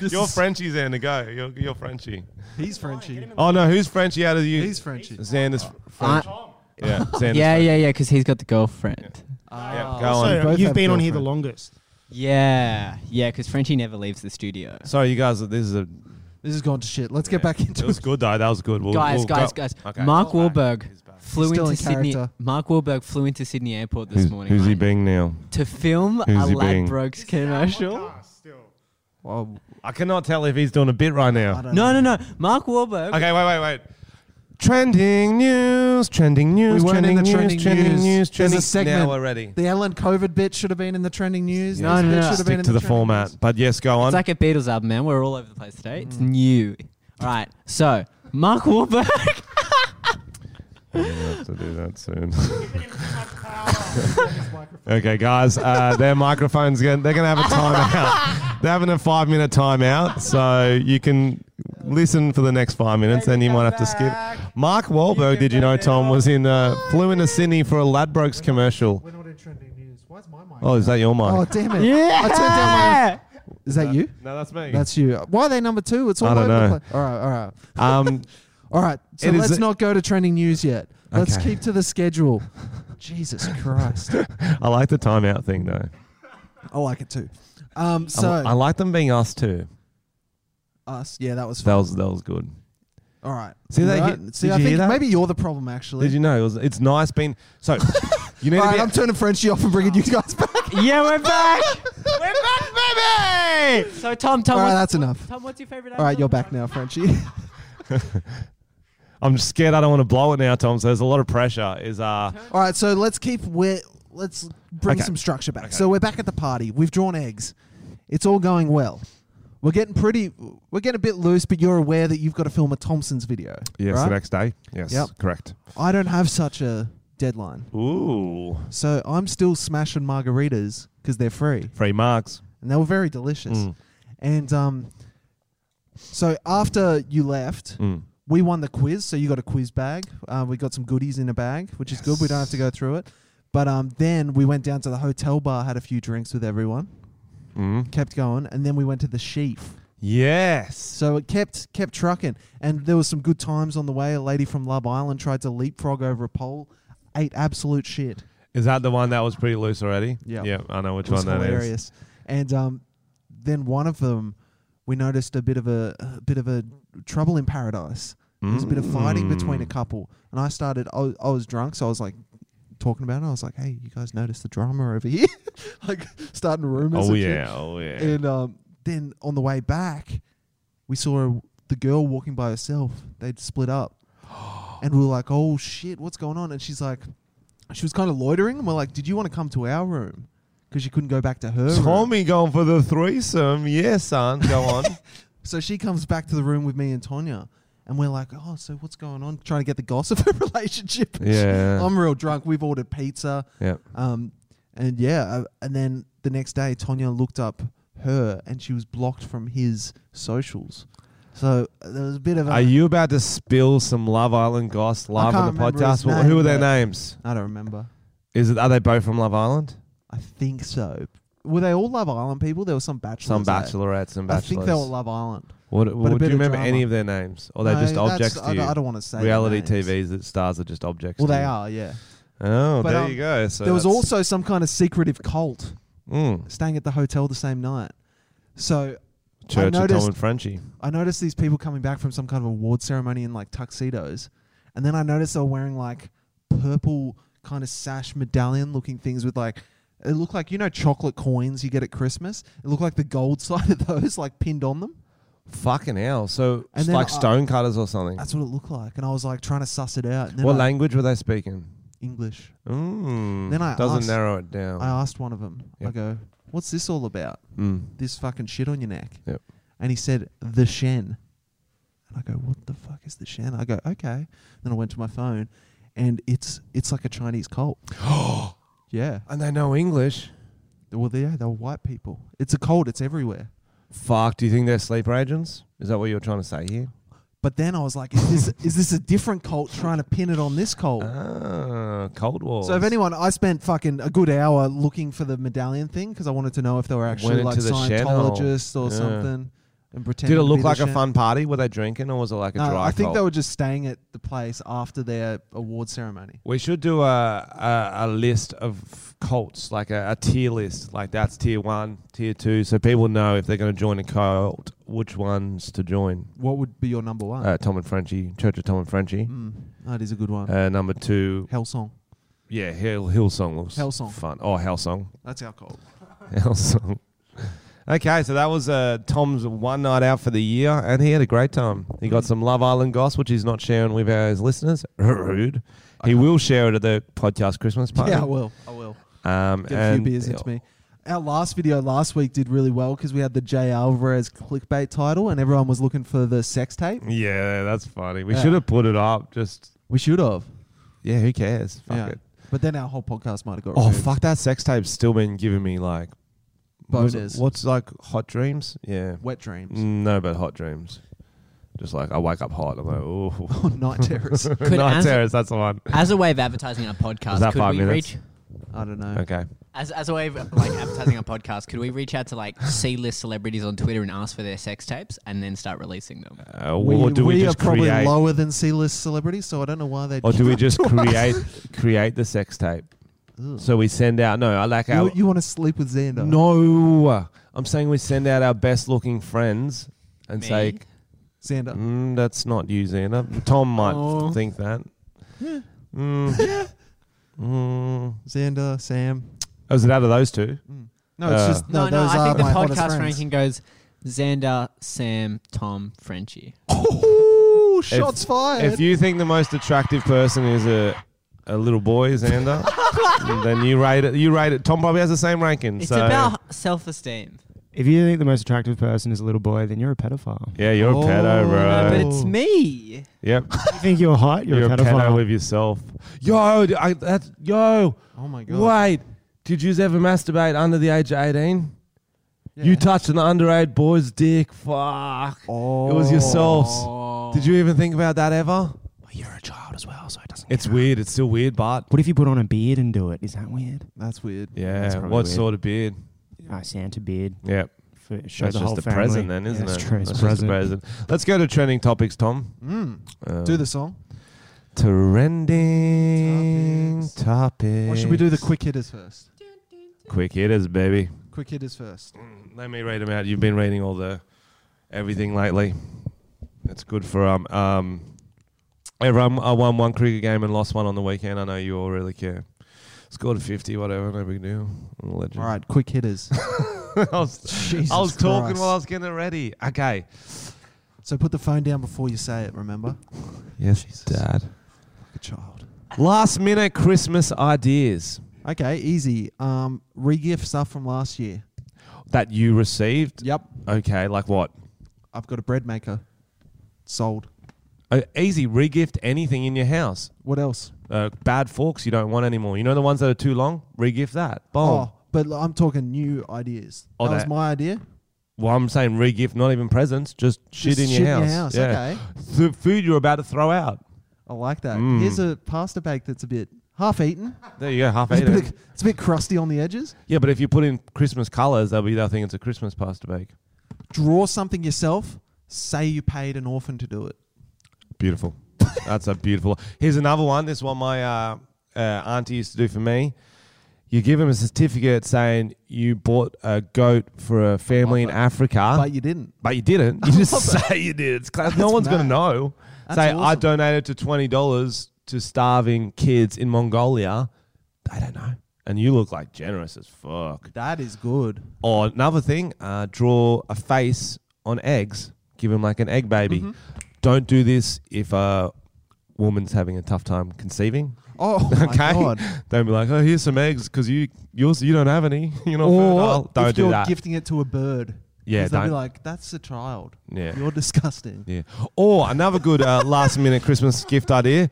you're Frenchie, Xander. Go. You're, you're Frenchie.
He's Frenchy.
Oh no, who's Frenchie out of you?
He's Frenchy.
Xander's
I-
French. yeah, Xander's
yeah,
French.
yeah, yeah, because he's got the girlfriend.
Yeah, go on.
So
both
you've
have
been on here the
girlfriend.
longest.
Yeah, yeah, because Frenchie never leaves the studio.
Sorry, you guys. This is a.
This has gone to shit. Let's get
yeah.
back into
It was good though. That was good. We'll,
guys,
we'll
guys,
go-
guys.
Okay.
Mark Wahlberg flew
Still
into
in
Sydney.
character.
Mark Wahlberg flew into Sydney Airport this
Who's,
morning
who's he
right,
being now?
to film
Who's
a
he being?
Ladbrokes commercial.
Well,
I cannot tell if he's doing a bit right
I
now.
don't
No, no, no. Mark Wahlberg.
Okay, wait, wait, wait. Trending news, trending news,
We weren't
trending
in the
news,
trending
trending
news. There's
news,
a
trending
segment.
Now we're ready.
The Ellen COVID bit should have been in the trending news.
No,
This
no,
bit
no.
should have been
Stick
in
to the
trending
format.
news.
But yes, go on.
It's like a Beatles album, man. We're all over the place today. It's
Mm.
new. All right. So
[laughs]
Mark Wahlberg.
We'll have to do that soon. [laughs] okay, guys, uh, their microphones going they're gonna have a [laughs] timeout. they're having a five minute timeout, so you can listen for the next five minutes. Then you might have to skip. Mark Wahlberg, did you know Tom was in uh, flew into Sydney for a Ladbrokes commercial?
We're not in trending news. Why is my mic?
Oh, is that your mic?
Oh, damn it. Yeah. I turned down
[laughs]
my. Is that you?
no, that's me.
That's you. Why are they number two? It's all
I don't
over
know.
the place. All right, all right.
um,
All right. So
It is
let's
a-
not go to trending news yet. Let's
Okay.
keep to the
[laughs]
schedule. Jesus Christ.
I like the timeout thing though.
I like it too. Um,
I-
so
I like them being us too.
us, yeah, that was
That
fun.
was that was good.
All right.
See that
Right?
hit-
See,
did
I
you
think
hear that?
maybe you're the problem actually.
Did you know it was? It's nice being so.
[laughs]
You need
All
to
right,
be,
I'm turning Frenchie off and bringing you guys
[laughs]
back.
yeah, we're back. we're back, baby. So Tom, Tom.
All right,
what's-
that's enough.
Tom, what's your favorite?
All right,
album?
you're back now,
[laughs]
Frenchie.
I'm just scared. I don't want to blow it now, Tom. So there's a lot of pressure. Is uh,
All right, so let's keep where let's bring
Okay.
some structure back. So we're back at the party. We've drawn eggs. It's all going well. We're getting pretty. We're getting a bit loose, but you're aware that you've got to film a Thompson's video.
yes,
right?
the next day. Yes,
Yep.
correct.
I don't have such a deadline,
Ooh,
so I'm still smashing margaritas because they're free
free marks.
and they were very delicious.
Mm.
And um, so after you left,
Mm.
we won the quiz, so you got a quiz bag. Uh, we got some goodies in a bag, which is good. We don't have to go through it. But um, then we went down to the hotel bar, had a few drinks with everyone,
Mm.
kept going, and then we went to the sheaf.
Yes.
So it kept kept trucking, and there was some good times on the way. A lady from Love Island tried to leapfrog over a pole, ate absolute shit.
Is that the one that was pretty loose already?
Yeah.
Yeah, I know which
It was
one that is.
hilarious. And um, then one of them, we noticed a bit of a, a bit of a trouble in paradise. There was a bit of fighting between a
Mm.
couple, and I started. I was, I was drunk, so I was like talking about it. I was like, "Hey, you guys noticed the drama over here?" [laughs] like starting rumors.
Oh
and shit.
yeah, oh yeah.
And um, then on the way back, we saw the girl walking by herself. They'd split
[gasps]
up. And we were like, oh shit, what's going on? And she's like, she was kind of loitering. And we're like, did you want to come to our room? Because she couldn't go back to her room.
Tommy going for the threesome. Yeah, son. Go on.
So she comes back to the room with me and Tonya. And we're like, oh, so what's going on? Trying to get the gossip [laughs] of her relationship.
[laughs] yeah.
I'm real drunk. We've ordered pizza.
yeah.
Um, and yeah, uh, and then the next day, Tonya looked up her, and she was blocked from his socials. So uh, there was a bit of a
Are you about to spill some Love Island goss live
can't
on the
remember his
podcast? Well,
name,
Who are their
but-
names?
I don't remember.
Is it are they both from Love Island?
I think so. Were they all Love Island people? There were some bachelors.
Some
there.
bachelorettes and
I
bachelors.
think they were Love Island.
What, what-
a
do
bit
you
of
remember
drama.
any of their names? Or they're
No,
just
that's-
objects to
I,
you?
don't- I don't want to say their
Reality
names.
TVs that stars are just objects.
Well,
to
they
you.
are. Yeah.
Oh,
But,
there
um,
you go. So
there was
that's-
also some kind of secretive cult
mm,
staying at the hotel the same night. So
Church of Tom
noticed-
and Frenchie.
I noticed these people coming back from some kind of award ceremony in like tuxedos, and then I noticed they were wearing like purple kind of sash medallion looking things with like it looked like you know chocolate coins you get at Christmas. It looked like the gold [laughs] side of those like pinned on them.
Fucking hell! So
And
it's
then
like
I-
stonecutters or something.
That's what it looked like, and I was like trying to suss it out. And then
What
I-
language were they speaking?
English.
Mm,
Then I
doesn't
asked-
narrow it down.
I asked one of them. I
Yep.
go, "What's this all about?
Mm.
This fucking shit on your neck?"
Yep.
And he said, "The Shen." And I go, "What the fuck is the Shen?" I go, "Okay." Then I went to my phone, and it's it's like a Chinese
[gasps]
cult. yeah.
And they know English.
Well, they- yeah, they're white people. It's a cult. It's everywhere.
Fuck, do you think they're sleeper agents? Is that what you're trying to say here?
But then I was like, "Is this is this a different cult trying to pin it on this cult?"
Oh. Ah, Cold War.
So if anyone, I spent fucking a good hour looking for the medallion thing because I wanted to know if they were actually
Went
like
into the shed hole.
Scientologists or
Yeah.
something, and pretending.
Did
to
it look
be the
like a
shed.
fun party? Were they drinking or was it like a
No,
dry
I think
cult?
they were just staying at the place after their award ceremony.
we should do a, a, a list of cults, like a, a tier list. Like that's tier one, tier two, so people know if they're going to join a cult, which ones to join.
What would be your number one?
Uh, Tom and Frenchie, Church of Tom and Frenchie.
mm, that is a good one.
Uh, number two,
Hellsong.
yeah, Hill Hillsong looks
Hillsong.
fun. Oh, Hillsong. [laughs]
That's our cult.
Hillsong. Okay, so that was uh, Tom's one night out for the year, and he had a great time. He
Hmm.
got some Love Island goss, which he's not sharing with our- his listeners. [laughs] Rude. He will share it at the podcast Christmas party.
Yeah, I will. I will.
Um,
Get a few
and-
beers into me. Our last video last week did really well because we had the J Alvarez clickbait title and everyone was looking for the sex tape.
Yeah, that's funny. We
Yeah.
should have put it up. Just
We should have.
yeah, who cares? Fuck
Yeah.
it.
But then our whole podcast might have got
Oh
removed.
fuck, that sex tape's still been giving me like what's-
Boners.
What's like hot dreams? Yeah,
Wet dreams.
no, but hot dreams. Just like I wake up hot. I'm like, [laughs] oh,
[laughs] Oh, night terrors.
[laughs]
Could
night
as-
terrors. That's the one.
As a way of advertising our
Is
podcast,
that
could
five
we
minutes?
reach
I don't know.
Okay.
as, as a way of like advertising our [laughs] podcast, could we reach out to like C-list celebrities on Twitter and ask for their sex tapes and then start releasing them?
Uh, or do we,
we
just
are probably
create,
lower than C list celebrities, so I don't know why they.
or do we [laughs] just create create the sex tape? So we send out. No, I like our.
You, you want to sleep with Xander?
no, I'm saying we send out our best looking friends and
Me?
say,
Xander.
mm, "That's not you, Xander." Tom might
Oh.
think that. Mm. Mm.
Xander, Sam.
Oh, is it out of those two?
No, it's
Uh,
just
No,
no.
no,
those
I
are
think the
my hottest
podcast
friends.
ranking goes Xander, Sam, Tom, Frenchie.
[laughs] Ooh, shots fired.
If you think the most attractive person is a a little boy, Xander, then you rate it. You rate it. Tom probably has the same ranking.
It's
so
about self-esteem.
If you think the most attractive person is a little boy, then you're a pedophile.
yeah, you're
Oh,
a pedo,
no,
bro.
No, but
Oh.
it's me.
yep.
you think you're hot, you're, a pedophile.
with yourself. Yo, d- I, that's yo.
oh my god.
Wait, did you ever masturbate under the age of eighteen? You
Yeah.
touched an underage boy's dick. Fuck.
Oh.
It was yourselves.
Oh.
Did you even think about that ever?
you're a child as well, so it doesn't.
It's weird. It's still weird, but
What if you put on a beard and do it? Is that weird?
That's weird.
yeah.
probably
What
weird.
sort of beard?
Ah, Santa beard.
Yeah.
for show
That's
the
just
whole
the
family.
present, then,
Yeah,
isn't
that's
it?
True, it's
That's just the
present.
present. Let's go to trending topics, Tom.
Mm.
Um,
Do the song.
Trending
Topics.
topics.
Or should we do the quick hitters first?
quick hitters, baby?
Quick hitters first.
Mm, Let me read them out. You've been reading all the everything lately. That's good for um um. Everyone, I won one cricket game and lost one on the weekend. I know you all really care. Scored a fifty, whatever, no big deal. I'm a legend.
All right, quick hitters.
[laughs] I was,
[laughs] Jesus
I was talking
Christ.
while I was getting it ready. Okay.
So put the phone down before you say it, remember?
Yes,
Like
Dad.
a child.
Last minute Christmas ideas
Okay, easy. Um, regift stuff from last year.
that you received.
Yep.
Okay, like what?
I've got a bread maker. Sold.
Uh, easy regift anything in your house.
What else?
Uh, bad forks you don't want anymore. You know the ones that are too long. Regift that. Boom.
Oh, but l- I'm talking new ideas.
Oh,
that was
that-
my idea.
Well, I'm saying regift, not even presents. Just shit
Just
in your
shit
house.
in your house. Okay.
The food you're about to throw out.
I like that.
Mm.
Here's a pasta bake that's a bit half eaten.
There you go, half
It's a,
eaten.
bit, it's a bit crusty on the edges.
yeah, but if you put in Christmas colours, they'll be they'll think it's a Christmas pasta bake.
Draw something yourself. Say you paid an orphan to do it.
Beautiful. [laughs] That's a beautiful. Here's another one. This one my uh, uh, auntie used to do for me. You give them a certificate saying you bought a goat for a family in Africa,
but you didn't.
but you
[laughs]
didn't. You just say you did. It's class. No
That's
one's gonna
mad.
know.
That's
say I
awesome.
donated to twenty dollars to starving kids in Mongolia. They don't know. And you look like generous as fuck.
That is good.
Or another thing, uh, draw a face on eggs. Give him like an egg baby.
Mm-hmm.
Don't do this if a woman's having a tough time conceiving. [laughs]
Oh my
okay,
god.
don't be like, oh, here's some eggs because you yours you don't have any. [laughs] You're not fertile. Don't
if
do
you're
that.
gifting it to a bird.
Yeah,
'Cause they'll be
don't-
like, "That's a child.
Yeah.
You're disgusting."
yeah. Or another good [laughs] uh, last minute Christmas gift idea.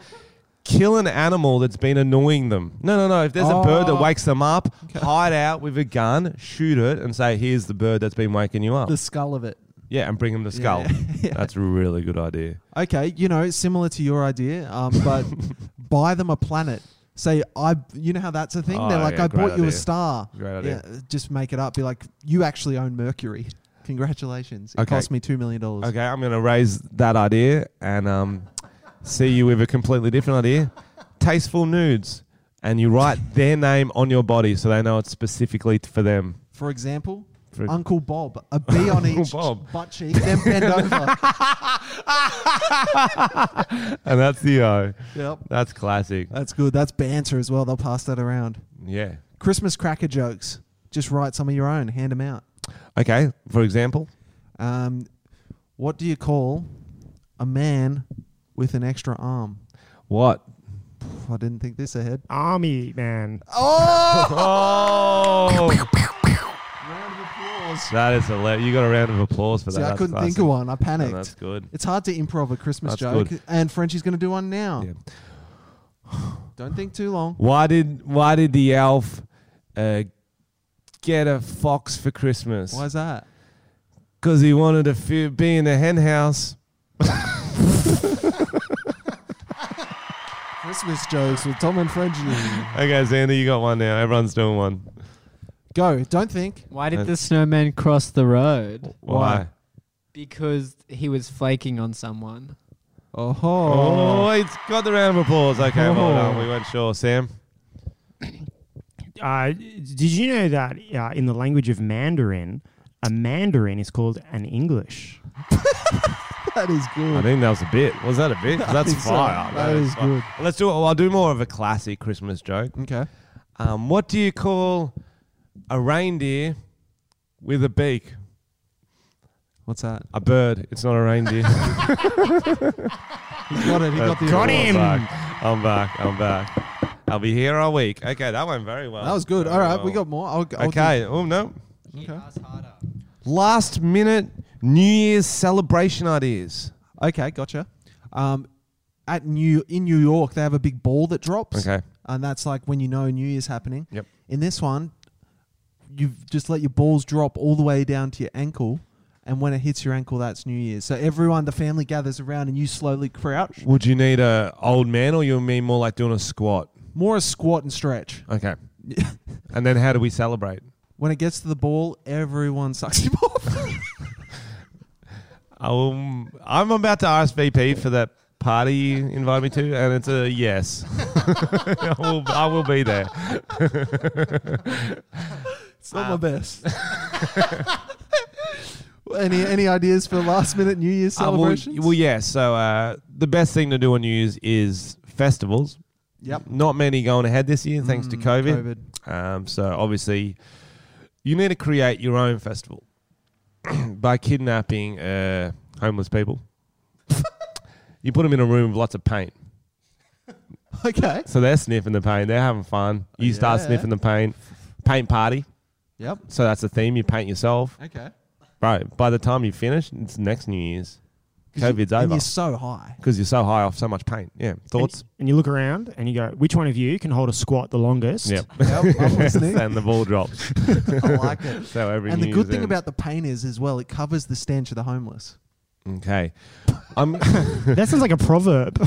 Kill an animal that's been annoying them. No, no, no. If there's a bird that
Oh.
wakes them up, hide out with a gun, shoot it, and say, "Here's the bird that's been waking you up."
The skull of it.
Yeah, and bring him the skull. [laughs]
yeah.
That's a really good [laughs] idea.
Okay, you know, similar to your idea, um, but
[laughs]
buy them a planet. Say, I, you know how that's a thing.
Oh,
They're like,
yeah,
I
great
bought you a
idea.
star.
Great idea.
Yeah, just make it up. Be like, you actually own Mercury. Congratulations. It
Okay.
cost me two million dollars.
Okay, I'm going to raise that idea and um, see you with a completely different idea. Tasteful nudes. And you write [laughs] their name on your body so they know it's specifically t- for them.
For example,
For-
Uncle Bob, a bee on each
Bob.
butt cheek, then bend
[laughs]
over.
And that's the uh, O.
Yep,
That's classic.
that's good. That's banter as well. They'll pass that around.
Yeah.
Christmas cracker jokes. Just write some of your own. Hand them out.
Okay, for example.
Um, what do you call a man with an extra arm?
What?
I didn't think this ahead.
Army
[laughs]
man.
Oh!
Round of applause.
[laughs] that is a le- You got a round of applause for
See,
that.
I
That's
couldn't think
classic.
of one. I
No,
panicked.
that's good.
it's hard to improv a Christmas
That's
joke,
good.
and Frenchie's going to do one now.
Yeah.
[sighs] Don't think too long.
Why did why did the elf uh, get a fox for Christmas?
Why's that?
Because he wanted to fe- be in the hen house.
Christmas jokes with Tom and Frenchie.
[laughs] Okay, Xander, you got one now. Everyone's doing one.
Go. Don't think.
Why did
And-
the snowman cross the road?
Why?
Because he was flaking on someone.
Oh,
Oh, it's got the round of applause. Okay, well done. We weren't sure, Sam.
Uh, did you know that uh, in the language of Mandarin, a Mandarin is called an English?
that is
I
good.
think that was a bit. Was that a
[laughs]
bit? That's
think so.
fire.
That is
fire.
good.
Let's do it. I'll do more of a classic Christmas joke.
Okay.
Um, what do you call a reindeer with a beak?
What's that?
A bird. It's not a [laughs] reindeer.
He's got it. He
Uh,
got
[laughs]
the.
Got him.
I'm back. I'm back. I'm back. I'll be here all week. Okay, that went very well.
That was good. All
Very
right, we
well.
got more. I'll, I'll do-
Okay. Oh no.
Okay.
Last minute New Year's celebration ideas.
Okay, gotcha. Um, at New in New York, they have a big ball that drops.
Okay.
and that's like when you know New Year's happening.
Yep.
In this one, you've just let your balls drop all the way down to your ankle, and when it hits your ankle, that's New Year's. So everyone, the family gathers around, and you slowly crouch.
Would you need a old man or you mean more like doing a squat? [laughs]
More a squat and stretch.
Okay. and then how do we celebrate?
When it gets to the ball, everyone sucks him [laughs] off.
Um, I'm about to RSVP for that party you invited me to, and it's a yes. [laughs] I, will, I will be there.
It's not
Ah.
my best. [laughs] any any ideas for last minute New Year's
Uh, well,
celebrations?
well, yeah. So uh, the best thing to do on New Year's is festivals.
Yep.
Not many going ahead this year, thanks to
Mm,
COVID. Um, so obviously, you need to create your own festival [clears throat] by kidnapping uh, homeless people. [laughs] you put them in a room with lots of paint.
Okay.
So they're sniffing the paint. They're having fun. You start
Yeah.
sniffing the paint. Paint party.
Yep.
So that's the theme. You paint yourself.
Okay.
Right. By the time you finish, it's next New Year's.
'Cause you-
COVID's
And
over
you're so
[laughs]
high.
because you're so high off so much paint. Yeah. Thoughts?
And, and you look around and you go, which one of you can hold a squat the longest?
Yep.
Yep, I'm
[laughs]
listening.
and the ball drops.
I like it.
So every
And the
New
good
Year's
thing
ends.
about the paint is, as well, it covers the stench of the homeless.
okay,
[laughs]
[laughs]
I'm
That sounds like a proverb.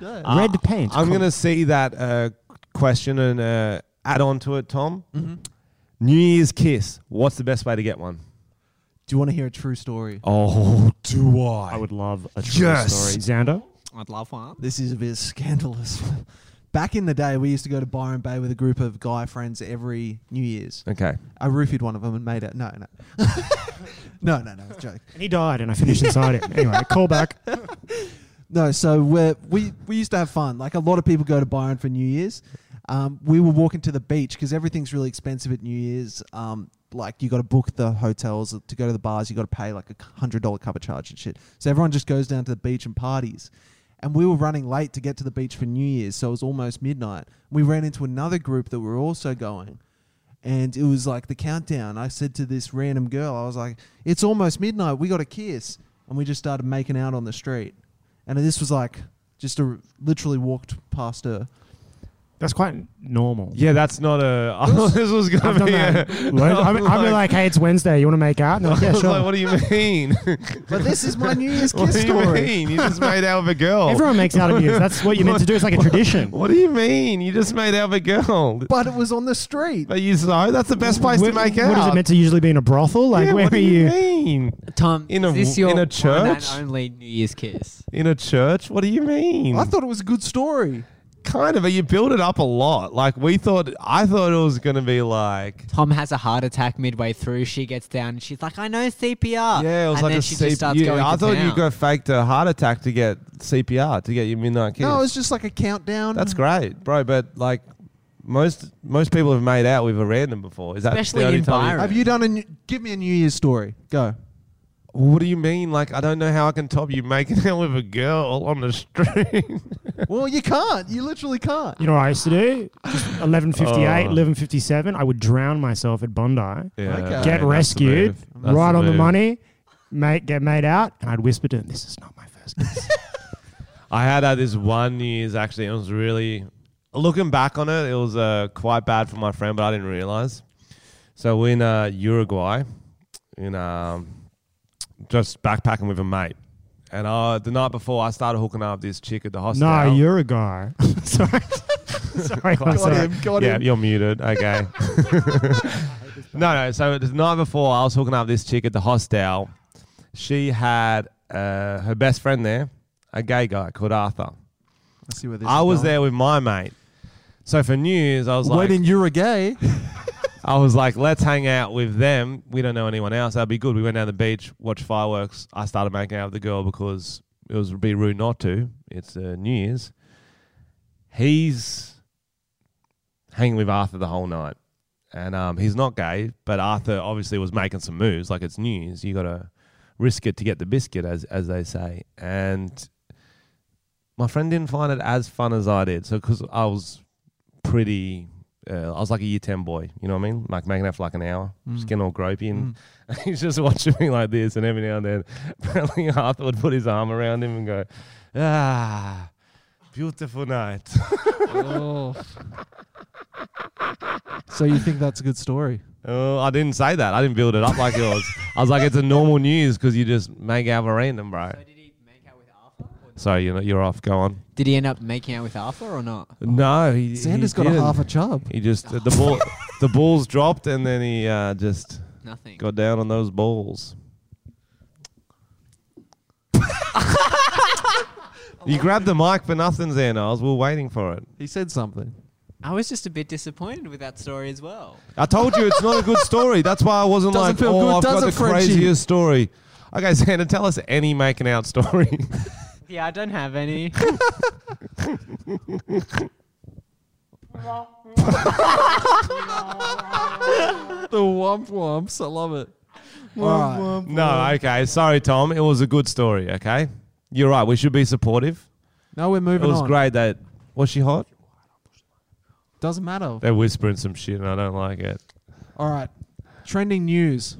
Red paint.
Uh, I'm
cool.
gonna see that uh, question and uh, add on to it, Tom.
Mm-hmm.
New Year's kiss. What's the best way to get one?
Do you want to hear a true story?
Oh, do I?
I would love a true
Yes.
story. Xander?
I'd love one.
This is a bit scandalous. [laughs] Back in the day, we used to go to Byron Bay with a group of guy friends every New Year's.
Okay.
I roofied one of them and made it. No, [laughs] no. no, no, no. It's a joke.
And he died and I finished inside him.
[laughs]
Anyway, call back.
No, so we're, we we used to have fun. Like a lot of people go to Byron for New Year's. Um, we were walking to the beach because everything's really expensive at New Year's. Um, like you got to book the hotels to go to the bars. You got to pay like a hundred dollar cover charge and shit. So everyone just goes down to the beach and parties. And we were running late to get to the beach for New Year's, so it was almost midnight. We ran into another group that were also going and it was like the countdown. I said to this random girl, I was like, "It's almost midnight. We got a kiss," and we just started making out on the street. And this was like just a literally walked past her.
That's quite normal.
Yeah, that's not a. [laughs] this was gonna
I've done
be. [laughs]
that.
A,
Well, I've, been- I've been like, hey, it's Wednesday. You want to make out? And they're like, yeah,
I was
sure.
[laughs] like, what do you mean? [laughs]
But this is my New Year's
what
kiss
do you
story.
mean? You just made out with a girl.
Everyone makes out of you. That's what you're meant to do. It's
[laughs]
like a tradition.
what do you mean? You just made out with a girl.
But it was on the street.
But you so that's the best place
Where-
to make out.
What is it meant to usually be in a brothel? Like,
yeah,
where
what
are
do you,
you?
mean?
Tom,
In
in
a
is
w-
this your
in a
one and
church?
only New Year's kiss?
In a church? What do you mean?
I thought it was a good story.
kind of, but you build it up a lot. Like we thought, I thought it was gonna be like
Tom has a heart attack midway through. She gets down and she's like, "I know CPR."
yeah, it was like
Uh, and then
a
she
CP
just starts
you-
going.
I
to
thought you
town.
go faked a heart attack to get CPR to get your midnight kiss.
No, it was just like a countdown.
that's great, bro. But like most most people have made out with a random before. Is that
Especially
the only
in
time you-
Byron.
Have you done a? New, give me a New Year's story. Go.
What do you mean? Like I don't know how I can top you making [laughs] out with a girl on the [laughs] street.
well, you can't. You literally can't.
You know what I used to do? Just
[laughs]
1158,
Oh.
1157. I would drown myself at Bondi,
Okay.
uh, get
that's the
rescued,
move. That's
right on the
move.
money, make, get made out, and I'd whisper to him, this is not my first
[laughs]
kiss.
I had uh, this one New Year's actually. It was really looking back on it. It was uh, quite bad for my friend, but I didn't realize. So we're in uh, Uruguay, in um, just backpacking with a mate, and uh, the night before I started hooking up this chick at the hostel.
no, you're a guy. [laughs]
[laughs]
sorry. sorry. I'm
Got
sorry.
him. Got
yeah,
him.
you're muted. Okay. [laughs] no, no. So the night before, I was hooking up this chick at the hostel. She had uh, her best friend there, a gay guy called Arthur.
I see where this.
I
is
was
going.
there with my mate. So for news, I was like,
When in Uruguay,
I was like, let's hang out with them. We don't know anyone else. That'd be good. We went down to the beach, watched fireworks. I started making out with the girl because it was be rude not to. It's uh, New Year's. He's hanging with Arthur the whole night, and um, he's not gay, but Arthur obviously was making some moves. Like it's New Year's, you gotta risk it to get the biscuit, as as they say. And my friend didn't find it as fun as I did. So because I was pretty, uh, I was like a year ten boy. You know what I mean? Like making out for like an hour,
Mm.
just getting all gropey, and [laughs] he's just watching me like this. And every now and then, [laughs] apparently Arthur would put his arm around him and go, "Ah, beautiful night." [laughs]
so you think that's a good story?
Oh, I didn't say that. I didn't build it up
[laughs]
like it was. I was like, it's a normal news because you just make out a random, bro.
So did he make out with Arthur? or
So you know, you're off. Go on.
Did he end up making out with Arthur or not?
No, [laughs] he,
Xander's
he
Oh. got a
didn't.
half a chub.
He just the
[laughs]
ball, the balls dropped, and then he uh, just
Nothing.
got down on those balls. you grabbed the mic, but nothing's there, Niles. We're waiting for it.
He said something.
I was just a bit disappointed with that story as well.
I told you it's not a good story. That's why I wasn't
Doesn't
like,
feel
oh,
good,
I've got
does
the
it, Frenchie?"
craziest story. Okay, [laughs] Xander, tell us any making out
[laughs]
story.
Yeah, I don't have [laughs] any.
The womp womps. I love it. All right.
no, okay. Sorry, Tom. It was a good story, okay? You're right. We should be supportive.
No, we're
It
moving
was
on.
great that. Was she hot?
Doesn't matter.
They're whispering some shit and I don't like it.
All right. Trending news.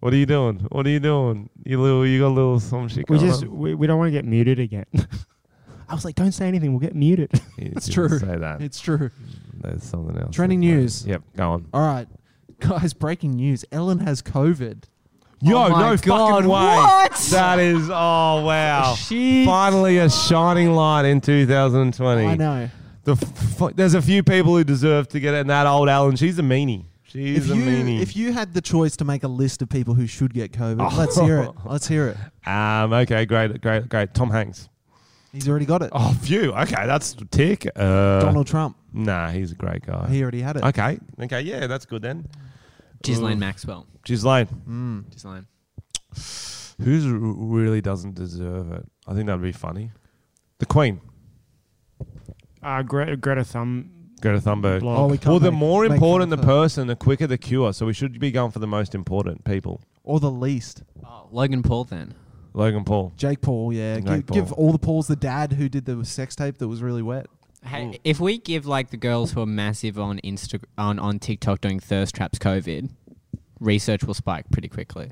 What are you doing? What are you doing? You little, you got a little some shit
We
going
just
on.
we, we don't want to get muted again. [laughs] I was like, don't say anything. We'll get muted. [laughs]
It's Oh
true.
Say that.
It's true.
There's something else.
Trending
that's going-
news.
Yep, go on.
All right. Guys, breaking news. Ellen has COVID.
Yo,
my
no
God,
fucking way.
what?
That is, oh wow.
Shit.
Finally a shining light in 2020.
I know.
The f- f- there's a few people who deserve to get it, and that old Alan, she's a meanie. She's
if
a
you
meanie.
if you had the choice to make a list of people who should get COVID,
Oh.
let's hear it. Let's hear it.
um, okay, great, great, great. Tom Hanks.
He's already got it.
Oh, phew. Okay, that's a tick. Uh,
Donald Trump.
Nah, he's a great guy.
He already had it.
Okay. Okay. Yeah, that's good then.
Ghislaine Maxwell.
Ghislaine,
Ghislaine.
who's r- really doesn't deserve it? I think that'd be funny. The Queen,
Uh, Gre- Greta Thumb.
Greta Thunberg.
Block.
Oh, we can't
well, the
make-
more
make fun
important the
of her.
person, the quicker the cure. So we should be going for the most important people.
or the least.
Oh, Logan Paul then.
Logan Paul.
Jake Paul, yeah.
Jake
Gi- give,
Paul.
all the Pauls the dad who did the sex tape that was really wet.
Hey, if we give like the girls who are massive on Insta on, on TikTok doing thirst traps COVID, research will spike pretty quickly.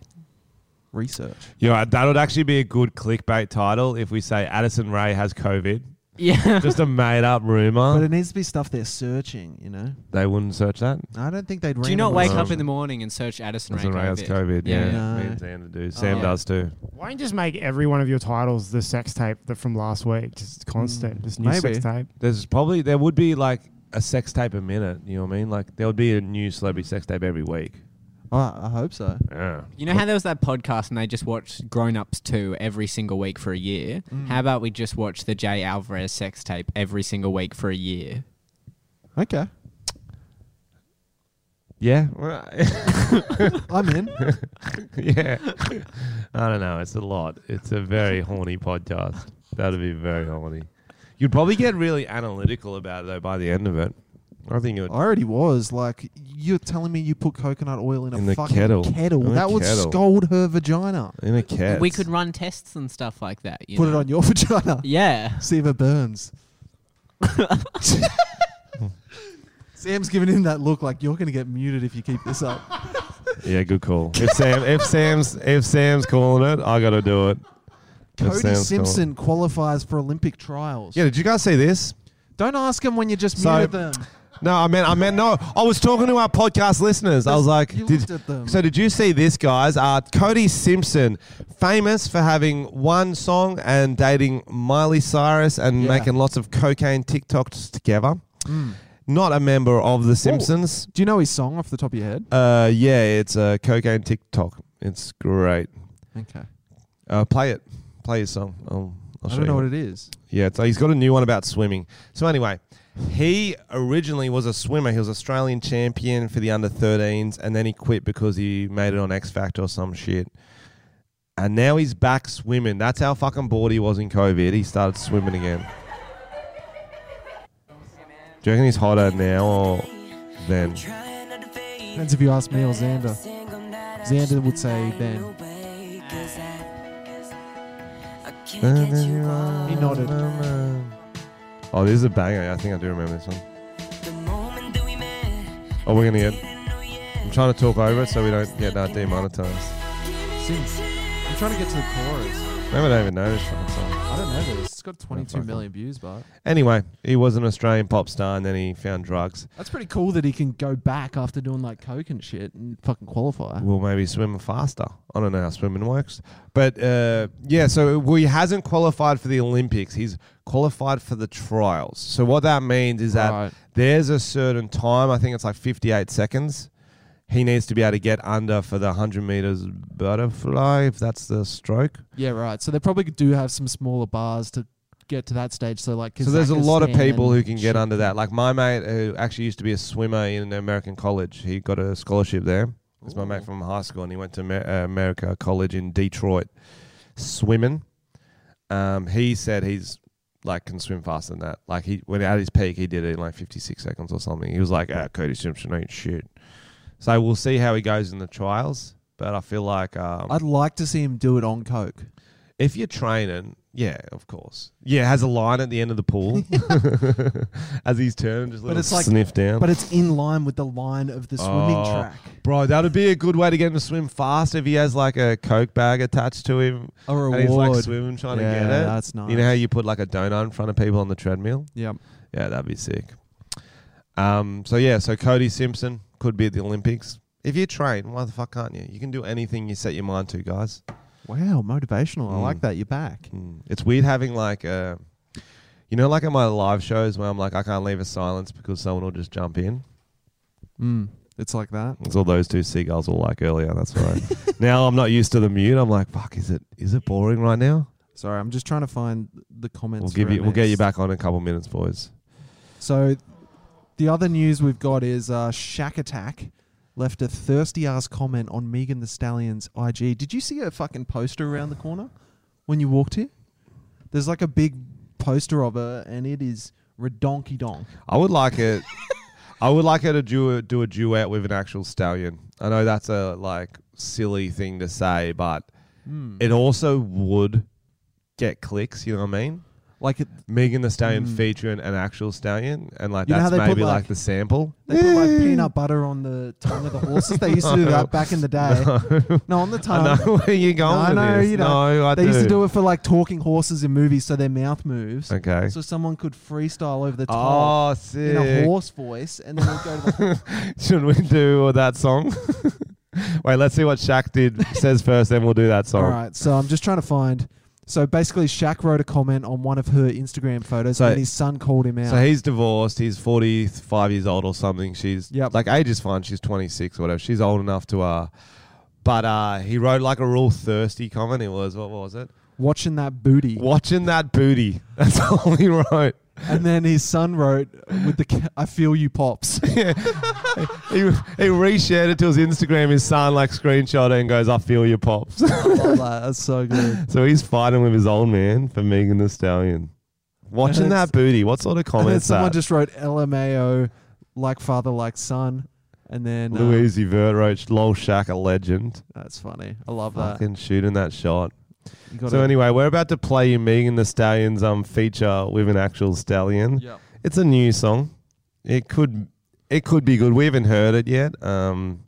Research.
Yeah, that would actually be a good clickbait title if we say Addison Ray has COVID.
Yeah.
Just a made up rumor.
But it needs to be stuff they're searching, you know?
they wouldn't search that.
I don't think they'd
[laughs] Do you not wake
randomise
up
it.
in the morning and search Addison Ray
Addison Ray has
COVID?
COVID. Yeah.
Yeah.
Me
No.
and Xander do. Sam
yeah.
does too.
Why don't you just make every one of your titles the sex tape that from last week? Just constant. just new
maybe.
sex tape.
There's probably there would be like a sex tape a minute. You know what I mean? Like there would be a new celebrity sex tape every week.
Oh, I hope so.
Yeah.
You know how there was that podcast and they just watched Grown Ups 2 every single week for a year? How about we just watch the Jay Alvarez sex tape every single week for a year?
Okay.
Yeah. [laughs]
I'm in.
yeah. I don't know. It's a lot. It's a very horny podcast. That'd be very horny. You'd probably get really analytical about it though by the end of it. I think it would.
I already was. Like, you're telling me you put coconut oil in a
In the
fucking
kettle. In the
that would
kettle.
scald her vagina.
In a cat.
We could run tests and stuff like that. You
Put it
know?
on your [laughs] vagina.
Yeah.
See if it
[laughs]
burns. Sam's giving him that look like you're going to get muted if you keep this up.
Yeah, good call. If Sam, if Sam's, if Sam's calling it, I gotta do it. If
Cody
Sam's calling-
Simpson qualifies for Olympic trials.
Yeah, did you guys see this?
Don't ask him when you just
So-
muted
[clears throat]
them.
No, I meant, I meant no. I was talking to our podcast listeners. I was like,
You
did,
looked at them.
so did you see this, guys? Uh, Cody Simpson, famous for having one song and dating Miley Cyrus and
Yeah.
making lots of cocaine TikToks together. Not a member of the Simpsons.
Mm. Do you know his song off the top of your head?
Uh, yeah, it's uh, cocaine TikTok. It's great.
Okay.
Uh, play it. Play his song. I'll, I'll
I
show
don't
you.
know what it is.
Yeah, so he's got a new one about swimming. So anyway, he originally was a swimmer. He was Australian champion for the under 13s, and then he quit because he made it on X Factor or some shit. And now he's back swimming. That's how fucking bored he was in COVID. He started swimming again. Do you reckon he's hotter now or then?
Depends if you ask me or Xander. Xander would say Ben. He nodded.
Oh, this is a banger. I think I do remember this one. Oh, we're gonna get. I'm trying to talk over it so we don't get uh, demonetized.
Sing. I'm trying to get to the chorus.
Never even know this fucking song.
I don't know this. It's got 22
fuck
million views, but
Anyway, he was an Australian pop star and then he found drugs.
that's pretty cool that he can go back after doing like coke and shit and fucking qualify.
We'll maybe swim faster. I don't know how swimming works. But uh, yeah, so well, he hasn't qualified for the Olympics. He's qualified for the trials. So what that means is that
Right.
there's a certain time, I think it's like 58 seconds, he needs to be able to get under for the 100 meters butterfly, if that's the stroke.
Yeah, right. So they probably do have some smaller bars to get to that stage. So like,
So there's a lot of
Kazakhstan
people
and
who can
shit.
get under that. Like my mate, who actually used to be a swimmer in an American college, he got a scholarship there. It's my mate from high school, and he went to Amer- uh, America College in Detroit, swimming. Um, he said he's like can swim faster than that. Like he when at his peak, he did it in like 56 seconds or something. He was like, ah, Cody Simpson ain't shit. So we'll see how he goes in the trials. But I feel like um,
I'd like to see him do it on coke.
if you're training, yeah, of course. Yeah, it has a line at the end of
[laughs]
the pool [laughs] as he's turning, just a little
it's like-
sniff down.
But it's in line with the line of the swimming
Oh.
track.
Bro, that would be a good way to get him to swim fast if he has like a Coke bag attached to him
A
and he's like
reward.
swimming trying
yeah,
to get it.
that's nice.
You know how you put like a donut in front of people on the treadmill?
Yep.
Yeah, that'd be sick. Um, so yeah, so Cody Simpson could be at the Olympics. If you train, why the fuck can't you? You can do anything you set your mind to, guys.
Wow, motivational. I
Mm.
like that. You're back.
Mm. It's weird having like uh you know, like at my live shows where I'm like, I can't leave a silence because someone will just jump in.
Mm. It's like that.
It's all those two seagulls were like earlier. That's right. now I'm not used to the mute. I'm like, fuck, is it is it boring right now?
Sorry, I'm just trying to find the comments.
we'll give
for
you,
it
we'll get you
next.
back on in a couple minutes, boys.
So, the other news we've got is uh, Shack Attack left a thirsty ass comment on Megan the Stallion's IG. Did you see her fucking poster around the corner when you walked here? There's like a big poster of her, and it is redonky donk.
I would like it. I would like her to do a, do a duet with an actual stallion. I know that's a like silly thing to say, but
Hmm.
it also would get clicks. You know what I mean?
Like it,
Megan the Stallion featuring an actual stallion, and like
Mm. You know how
that's
they put,
maybe
like-
like, the sample.
they put like
[laughs]
peanut butter on the tongue of the horses. They used to do that back in the day. No, on the tongue.
I know where you're
No,
going with
no,
this.
Um, you don't.
no, I
They
do.
used to do it for like talking horses in movies, so their mouth moves.
Okay.
So someone could freestyle over the top
Oh,
in a
sick.
horse voice, and then they'd go to the
[laughs]
[laughs]
Should we do that song? [laughs] Wait, let's see what Shaq did says first, then we'll do that song.
All right, so I'm just trying to find. So basically, Shaq wrote a comment on one of her Instagram photos,
So-
and his son called him out.
So he's divorced. He's 45 years old or something. She's
Yep.
like age is fine. She's 26 or whatever. She's old enough to uh but uh he wrote like a real thirsty comment. It was what was it?
watching that booty,
Watching that booty. [laughs] That's all he wrote.
and then his son wrote with the ca- "I feel you, [laughs] pops."
He, he reshared it to his Instagram, his son like screenshot it and goes, I feel your pops. [laughs]
I love that. Oh, That's so good.
so he's fighting with his old man for Megan the Stallion. Watching
And it's-
that booty. What sort of
and
comment
then
is that?
someone just wrote "LMAO," like father, like son, and then uh,
Louise Vert wrote Lol Shack a legend.
That's funny. I love that.
Fucking shooting that shot.
You got
So
it.
anyway, we're about to play you Megan the Stallion's um feature with an actual stallion. It's a new song. It could it could be good. We haven't heard it yet. Um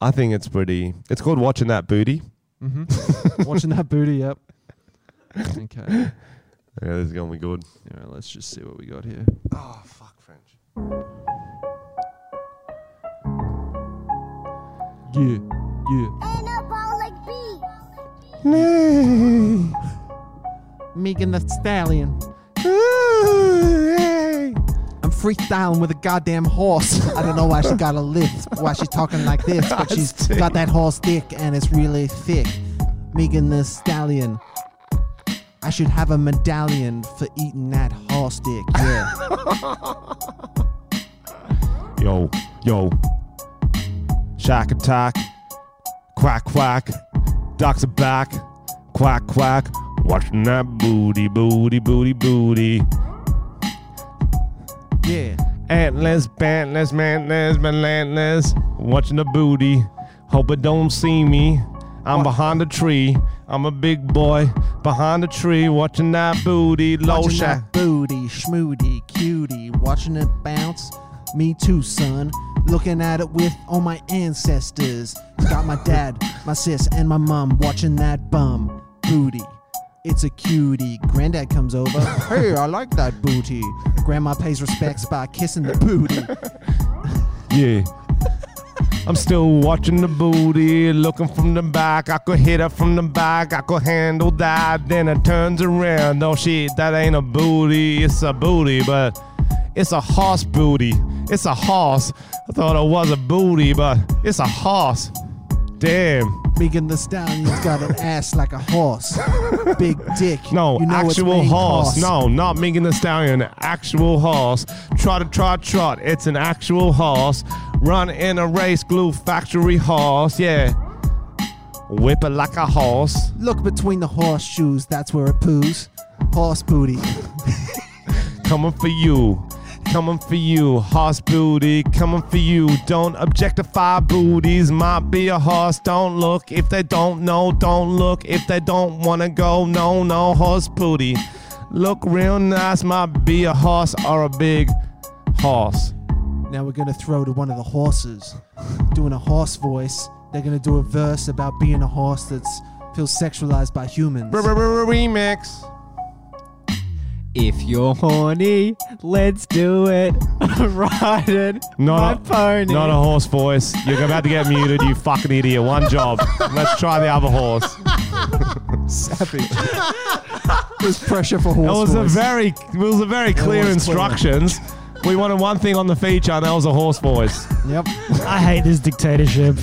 I think it's pretty it's called Watching That Booty.
Mhm. watching that booty. Yep. [laughs] Okay. All
Yeah, this is gonna be good.
right. Let's just see what we got here.
Oh fuck French.
Yeah. Yeah. Megan the Stallion. I'm freestyling with a goddamn horse. I don't know why she got a lift, why she's talking like this, but she's got that horse dick and it's really thick. Megan the Stallion. I should have a medallion for eating that horse dick. Yeah.
Yo, yo. Shack attack. Quack, quack. Ducks are back. Quack, quack. Watching that booty, booty, booty, booty.
yeah.
Atlas, bantless, mantless, manlantless. Watching the booty. Hope it don't see me. I'm behind a tree. I'm a big boy. Behind a tree, watching that booty. Low
Watching that
shack.
booty, schmoody, cutie, watching it bounce. Me too, son. Looking at it with all my ancestors. Got my dad, my sis, and my mom watching that bum booty. It's a cutie. Granddad comes
[laughs]
over. hey, I like that booty. Grandma pays respects by kissing the booty.
Yeah. I'm still watching the booty, looking from the back. I could hit her from the back, I could handle that. Then it turns around. No shit, that ain't a booty. It's a booty, but it's a horse booty. It's a horse. I thought it was a booty, but it's a horse. Damn.
Megan the Stallion's got an ass like a horse. Big dick.
No,
You know it's
actual
main
horse.
course.
No, not Megan the Stallion. Actual horse. Trot, trot, trot. It's an actual horse. Run in a race, glue factory horse. Yeah. Whip it like a horse.
Look between the horseshoes. That's where it poos. Horse booty.
Coming for you. Coming for you. Horse booty. Coming for you. Don't objectify booties. Might be a horse. Don't look if they don't know. Don't look if they don't want to go. No, no. Horse booty. Look real nice. Might be a horse or a big horse.
Now we're gonna throw to one of the horses, doing a horse voice. They're gonna do a verse about being a horse that's feels sexualized by humans.
Remix.
If you're horny, let's do it. [laughs] I'm riding my
Not a,
pony.
not a horse voice. You're about to get muted, you fucking idiot. One job. Let's try the other horse.
Savage. [laughs] There's pressure for
It
horse
was a
voice.
very it was a very clear
was clear.
instructions. We wanted one thing on the feature, and that was a horse voice.
yep.
I hate this dictatorship.
[laughs]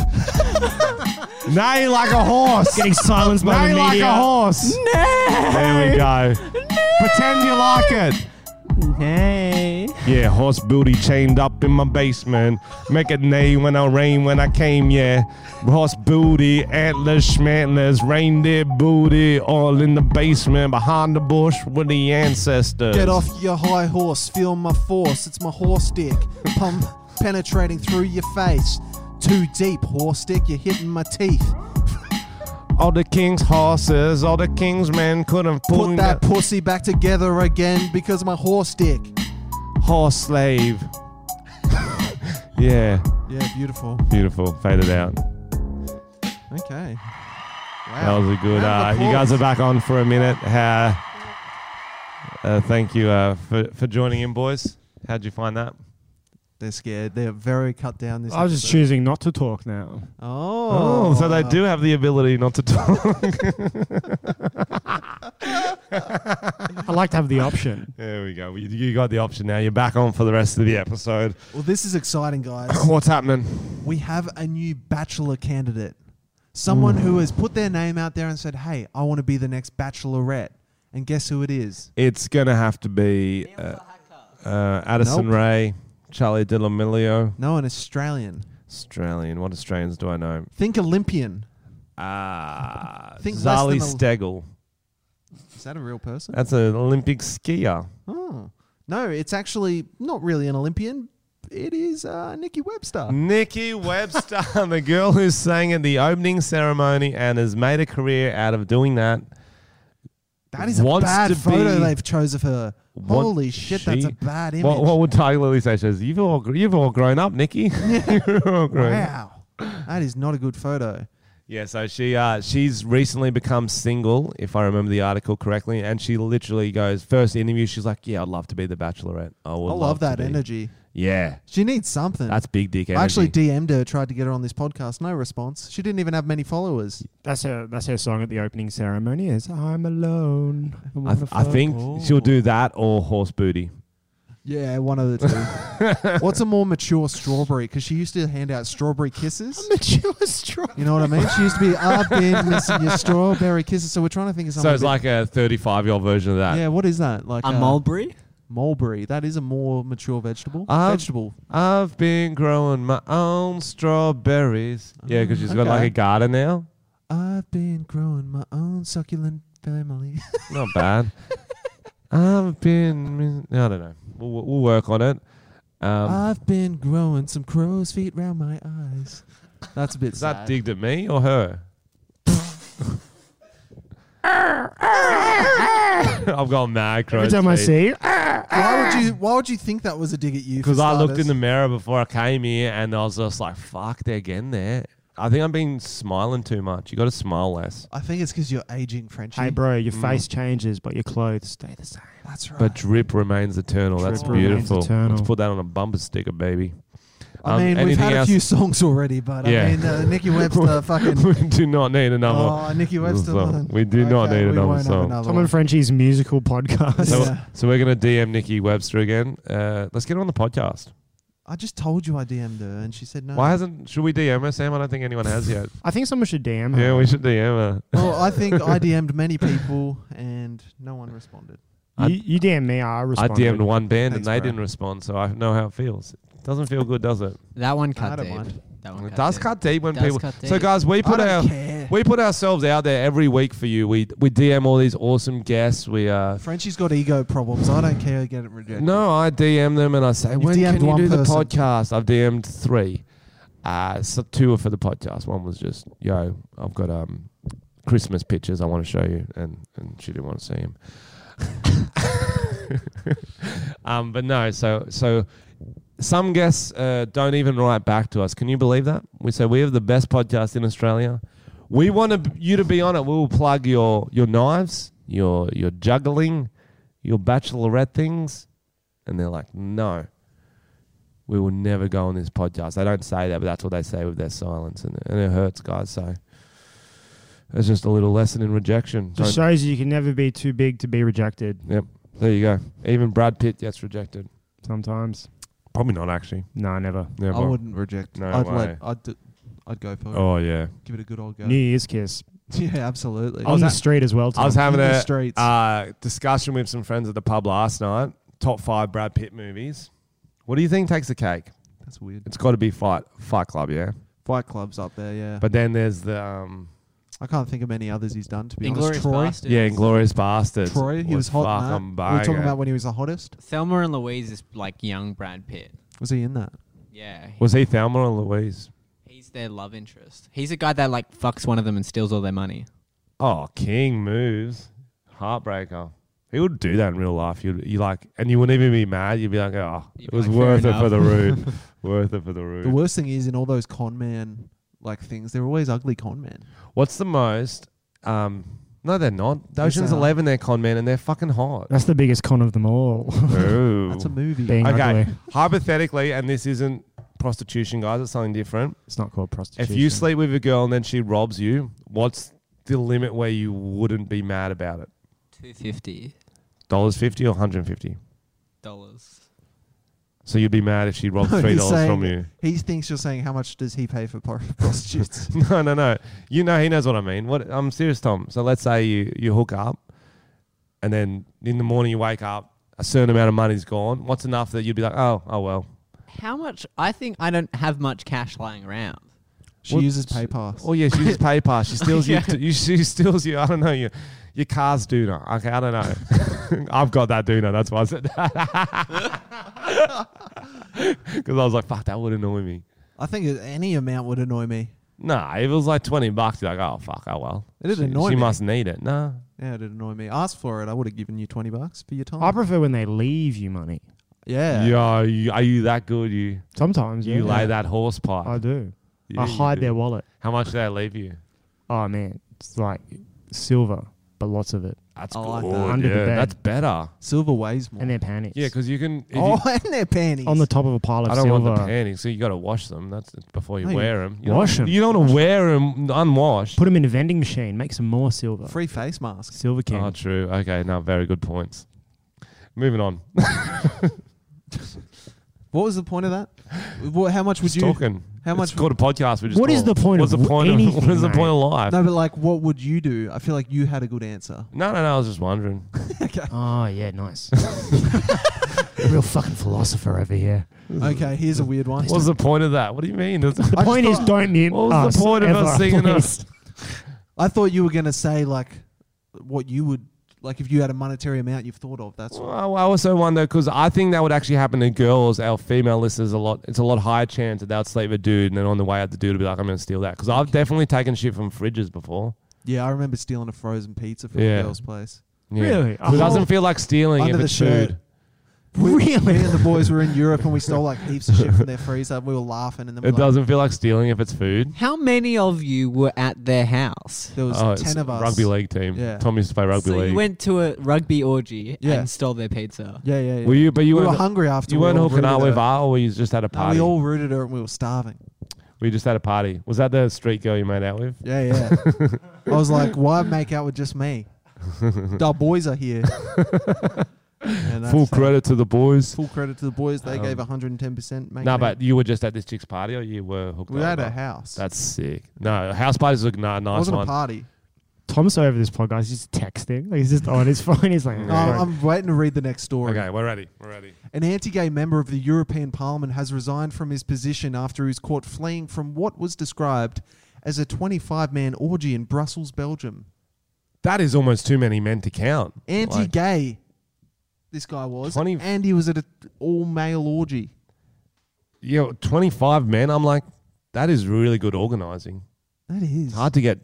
Now you like a horse.
Getting silenced
Now
by the
you like
media.
a horse. There we go. [laughs] Pretend you like it.
Nay.
Yeah, horse booty chained up in my basement. Make it neigh when I rain when I came, yeah. Horse booty, antlers, schmantlers, reindeer booty, all in the basement behind the bush with the ancestors.
Get off your high horse. Feel my force. It's my horse dick. Pump penetrating through your face. Too deep, horse dick. You're hitting my teeth.
All the king's horses, all the king's men couldn't pull
Put that pussy back together again because my horse dick.
horse slave. [laughs] yeah,
Yeah, beautiful.
beautiful. Faded out.
Okay.
That was a good. Uh,
Round of
you guys are
applause.
back on for a minute. Uh, uh, thank you uh, for for joining in, boys. How'd you find that?
They're scared. They're very cut down this
I was just
episode.
choosing not to talk now.
Oh.
Oh, so they do have the ability not
[laughs]
to talk.
I like to have the option.
there we go. You, you got the option now. You're back on for the rest of the episode.
Well, this is exciting, guys.
[coughs]
What's happening?
we have a new bachelor candidate. Someone
Mm.
who has put their name out there and said, hey, I want to be the next bachelorette. And guess who it is?
It's gonna have to be uh, uh, Addison
Nope.
Ray, Charlie D'Amelio,
No, an Australian.
Australian. What Australians do I know?
Think Olympian.
Ah,
[laughs] Think less
Zali
than a-
Stegel.
Is that a real person?
That's an Olympic skier.
Oh. No, it's actually not really an Olympian. It is uh, Nikki Webster.
Nikki Webster, [laughs] the girl who sang at the opening ceremony and has made a career out of doing that.
That is a
Wants to
bad photo
be-
they've chose of her.
What
Holy shit,
she-
that's a bad image.
What, what would Tiger Lily say? She says, you've all, gr- you've all grown up,
[laughs]
Nikki. You're all grown up.
wow. That is not a good photo.
Yeah, so she uh, she's recently become single, if I remember the article correctly, and she literally goes first interview. She's like, "Yeah, I'd love to be the Bachelorette. I would
I love,
love to
that
be."
energy.
Yeah,
She needs something.
that's big dick energy.
I actually DM'd her, tried to get her on this podcast. No response. She didn't even have many followers.
That's her. That's her song at the opening ceremony. Is I'm alone.
I, th- I think she'll do that or horse booty.
Yeah, one of the two. What's a more mature strawberry? Because she used to hand out strawberry kisses. You know what I mean? She used to be, I've been missing your strawberry kisses. So we're trying to think of something.
So it's
a bit-
like a 35 year old version of that.
yeah, what is that? Like
A mulberry?
mulberry. That is a more mature vegetable.
Uh,
vegetable.
I've been growing my own strawberries. Yeah, because she's got
okay.
like a garden now.
I've been growing my own succulent family.
Not bad. [laughs] I've been. I don't know. We'll, we'll work on it.
Ah,
Um,
I've been growing some crow's feet round my eyes. That's a bit
is
sad.
that digged at me or
[laughs]
her? I've gone mad
Every time I see you,
Why would you? Why would you think that was a dig at you? for
Because I looked
starters?
in the mirror before I came here and I was just like, fuck, they're getting there. I think I've been smiling too much. You got to smile less.
I think it's because you're aging, Frenchie.
Hey, bro,
Mm.
your face changes, but your clothes stay the same.
That's right.
But drip remains eternal. That's
Drip remains
beautiful.
eternal.
Let's put that on a bumper sticker, baby.
I
Um,
mean, we've
anything
had a
else?
few songs already, but
Yeah.
I mean, uh, Nikki Webster fucking.
[laughs] we do not need another.
Oh, Nikki Webster.
song.
one.
We do not need
we
another
won't have
song.
another
Tom
one.
and Frenchie's musical podcast.
So,
Yeah.
so we're going to DM Nikki Webster again. Uh, let's get her on the podcast.
I just told you I DM'd her, and she said no.
Why hasn't? Should we DM her, Sam? I don't think anyone has
[laughs]
yet.
I think someone should DM her.
yeah, we should DM her.
Well, I think
[laughs]
I DM'd many people, and no one responded.
I-
You, you DM me, I
I
respond.
DM'd one band
Thanks,
and they
bro.
didn't respond, so I know how it feels. It doesn't feel good, does it?
That one
I
cut
don't
deep.
mind.
That one
It does
deep.
cut deep when
Does
people.
cut
So
deep.
guys, we put
I don't
our
care.
we put ourselves out there every week for you. We we DM all these awesome guests. We uh.
Frenchie's got ego problems. I don't care. Get it rejected.
No, I DM them and I say,
You've
when
DM'd
can you
one
do the
person.
podcast? I've DM'd three. Uh, so two were for the podcast. One was just, yo, I've got um, Christmas pictures I want to show you, and, and she didn't want to see him. [laughs] um, but no, so so some guests uh, don't even write back to us. Can you believe that? We say we have the best podcast in Australia. We want to, you to be on it. We will plug your your knives, your your juggling, your bachelorette things, and they're like, no, we will never go on this podcast. They don't say that, but that's what they say with their silence, and, and it hurts, guys. So it's just a little lesson in rejection.
Just
Don't-
shows you you can never be too big to be rejected
there you go. Even Brad Pitt gets rejected.
sometimes.
Probably not actually.
No, never.
I
Yeah, well-
wouldn't reject.
No
I'd
way.
let. I'd. d- I'd go for it.
Oh yeah.
Give it a good old go.
New Year's kiss.
[laughs] Yeah, absolutely.
On the street as well.
I was
Tom.
having
In the
a
streets.
uh, discussion with some friends at the pub last night. Top five Brad Pitt movies. What do you think takes the cake?
That's weird.
It's got to be Fight Fight Club, yeah.
Fight Club's up there. Yeah,
But then there's the um,
I can't think of any others he's done. To be
Inglourious
honest, Troy.
Bastards.
yeah, Inglorious Bastards.
Troy, he was hot.
Fucking
in that. We were talking
banger.
about when he was the hottest.
Thelma and Louise is like young Brad Pitt.
Was he in that?
Yeah. he-
was he Thelma or Louise?
He's their love interest. He's a guy that like fucks one of them and steals all their money.
Oh, King moves. Heartbreaker. He would do that in real life. You you like, and you wouldn't even be mad. You'd be like, oh,
You'd
it
be
was
like, fair
worth it for
enough.
[laughs]
the route. worth it for the route.
The worst thing is in all those con man like things, they're always ugly con men.
What's the most? Um, no, they're not. Ocean's
they are.
Eleven, they're con men, and they're
[laughs]
fucking hot.
That's the biggest con of them all. [laughs]
Ooh.
That's a movie. [laughs]
Being
okay.
ugly.
Hypothetically, and this isn't prostitution, guys. It's something different.
It's not called
If
prostitution.
you sleep with a girl and then she robs you, what's the limit where you wouldn't be mad about it?
Two fifty
Dollars fifty or hundred fifty?
dollars.
So you'd be mad if she robbed
No,
three
he's
dollars from you.
saying- He thinks you're saying how much does he pay for por- [laughs] prostitutes?
No, no, no. You [laughs] know he knows what I mean. What I'm serious, Tom. So let's say you you hook up, and then in the morning you wake up, a certain amount of money's gone. What's enough that you'd be like, oh, oh well.
How much? I think I don't have much cash lying around.
She
Well,
uses PayPass.
Oh yeah, she uses PayPal. She steals
Yeah.
you, you. She steals you. I don't know your your car's doona. Okay, I don't know. [laughs] I've got that [laughs] doona. That's why I said that. Because I was like, fuck, that would annoy me.
I think that any amount would annoy me.
Nah, if it was like twenty bucks, you're like, oh fuck, oh well.
It'd
she,
annoy
She
me.
must need it. Nah.
Yeah, it'd annoy me. Ask for it. I would have given you 20 bucks for your time.
I prefer when they leave you money.
yeah.
Yeah. You, are you that good? You
Sometimes
you
yeah.
lay that horse pipe.
I do.
Yeah,
I
you
hide
do.
their wallet.
How much do they leave you?
Oh man, it's like silver, but lots of it,
That's
I like that.
good.
Under the
yeah,
bed.
that's better.
Silver weighs more.
and their panties.
Yeah, because you can. if you-
oh, [laughs] and their panties.
on the top of a
Oh,
pile of
I don't
silver.
want the panties, so you got to wash them. That's before you
No, you
wear 'em. wear them. You
wash
don't,
'em.
You don't want to wear them unwashed.
Put them in a vending machine. Make some more silver.
Free face masks.
Silver King.
oh, true. Okay, no, very good points. Moving on.
What was the point of that? What, how much would
Just
you.
talking.
how
It's
much-
called a podcast. We just
What is
talk.
the point
What's
of
the point of? [laughs] What
anything,
is the point
mate?
of life?
No, but like, what would you do? I feel like you had a good
[laughs]
answer.
No, no, no. I was just
[laughs]
wondering.
Oh yeah, [laughs] nice. Real fucking philosopher over here.
Okay, here's a weird one.
What's the point of that? What do you mean? It's-
The
I just
point is,
thought-
don't mute
What was the
us
point of
ever,
us singing
please.
I thought you were going to say, like, what you would. Like, if you had a monetary amount you've thought of, that's
[laughs] Well, I also wonder because I think that would actually happen to girls, our female listeners, a lot. It's a lot higher chance that they would sleep with a dude, and then on the way out, the dude would be like, "I'm going to steal that." Because I've definitely taken shit from fridges before.
Yeah, I remember stealing a frozen pizza from
Yeah.
a girl's place.
Yeah.
Really? Oh.
It doesn't feel like stealing
Under
if
the
it's
shirt.
food.
We, Me
[laughs] Really?
and the boys were in Europe and we stole like heaps of shit from their freezer. We were laughing and then we're
It
like,
doesn't feel like stealing if it's food.
How many of you were at their house?
There was
Oh,
ten
it's
of us.
Rugby league team.
Yeah.
Tom used to play rugby
so
league.
you went to a rugby orgy
Yeah.
and stole their pizza.
Yeah, yeah, yeah.
Were you? But you
we were
weren't.
hungry after.
you
we
weren't
all
hooking up
rooted
with
her.
R, or you just had a
No,
party.
we
we,
all rooted her and we were starving.
just had a party. Was that the street girl you made out with?
Yeah, yeah. I was like, why make out with just
[laughs]
me? the boys are here. And that's
Full
that.
credit to the boys.
Full credit to the boys. They gave
Um,
110%. Mate.
No, but you were just at this chick's party, or you were hooked
we had
up.
a house.
That's sick. No, house parties look nah,
it
nice
wasn't a
one.
party.
Tom's over this podcast. He's just texting. Like he's just on his [laughs] phone. He's like,
No,
No,
Yeah.
"Fuck."
Um, I'm waiting to read the next story.
Okay, we're ready. We're ready.
An anti gay member of the European Parliament has resigned from his position after he was caught fleeing from what was described as a 25 man orgy in Brussels, Belgium.
That is almost too many men to count.
Anti gay, this guy was.
20
and he was at an all male orgy.
Yeah, 25 men. I'm like, that is really good organizing.
That is.
It's hard to get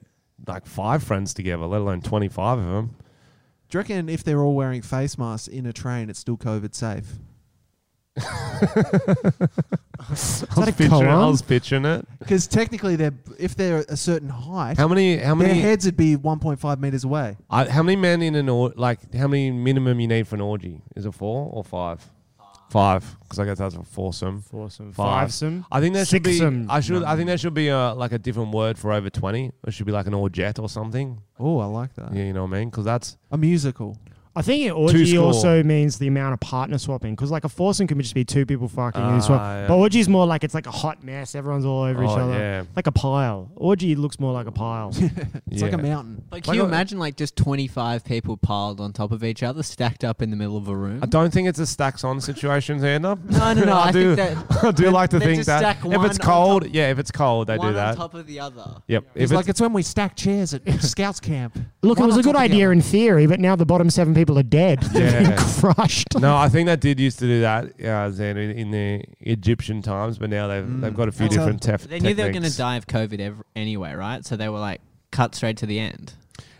like five friends together, let alone 25 of them.
Do you reckon if they're all wearing face masks in a train, it's still COVID
[laughs]
safe?
I was, picturing, I was picturing it.
Because technically, they're if they're a certain height,
How many? How
their
many?
heads would be 1.5 meters away.
I, how many men in an or like? How many minimum you need for an orgy? Is it four or five? Five, because I guess that's a foursome.
foursome,
Five.
fivesome.
I think there should be.
Sixsome.
I should.
No.
I think there should be a, like a different word for over twenty. It should be like an orgette or something.
Oh, I like that.
Yeah, you know what I mean? Because that's
A musical.
I think it
Two
orgy
score.
also means the amount of partner swapping because like a foursome can just be two people fucking who
Ah,
swap.
yeah.
But orgy is more like it's like a hot mess. Everyone's all over each
Oh,
other.
yeah.
Like a pile. Orgy looks more like a
[laughs]
pile.
It's like a
yeah.
mountain.
Like,
Why
can you
not-
imagine like just 25 people piled on top of each other, stacked up in the middle of a room?
I don't think it's a stacks on situation to end up.
[laughs] No, no, no. I,
do.
think
[laughs]
that
I do
They-
like to
they
think
just
that
stack
if
one
it's
on
cold, yeah, if it's cold, they
one
do that.
on top of the other.
Yep. If
It's like it's when we stack chairs
[laughs]
at Scouts camp.
Look, it
One
was
on
a good
top of the
idea
other.
in theory, but now the bottom seven people are dead. [laughs] They've
Yeah.
been crushed.
[laughs]
no, I think they did used to do that, uh, Xander, in- in the Egyptian times, but now they've they've got a few
That's how-
different tef-
Mm. They knew they were going to
techniques.
die of COVID ev- anyway, right? So they were like, cut straight to the end.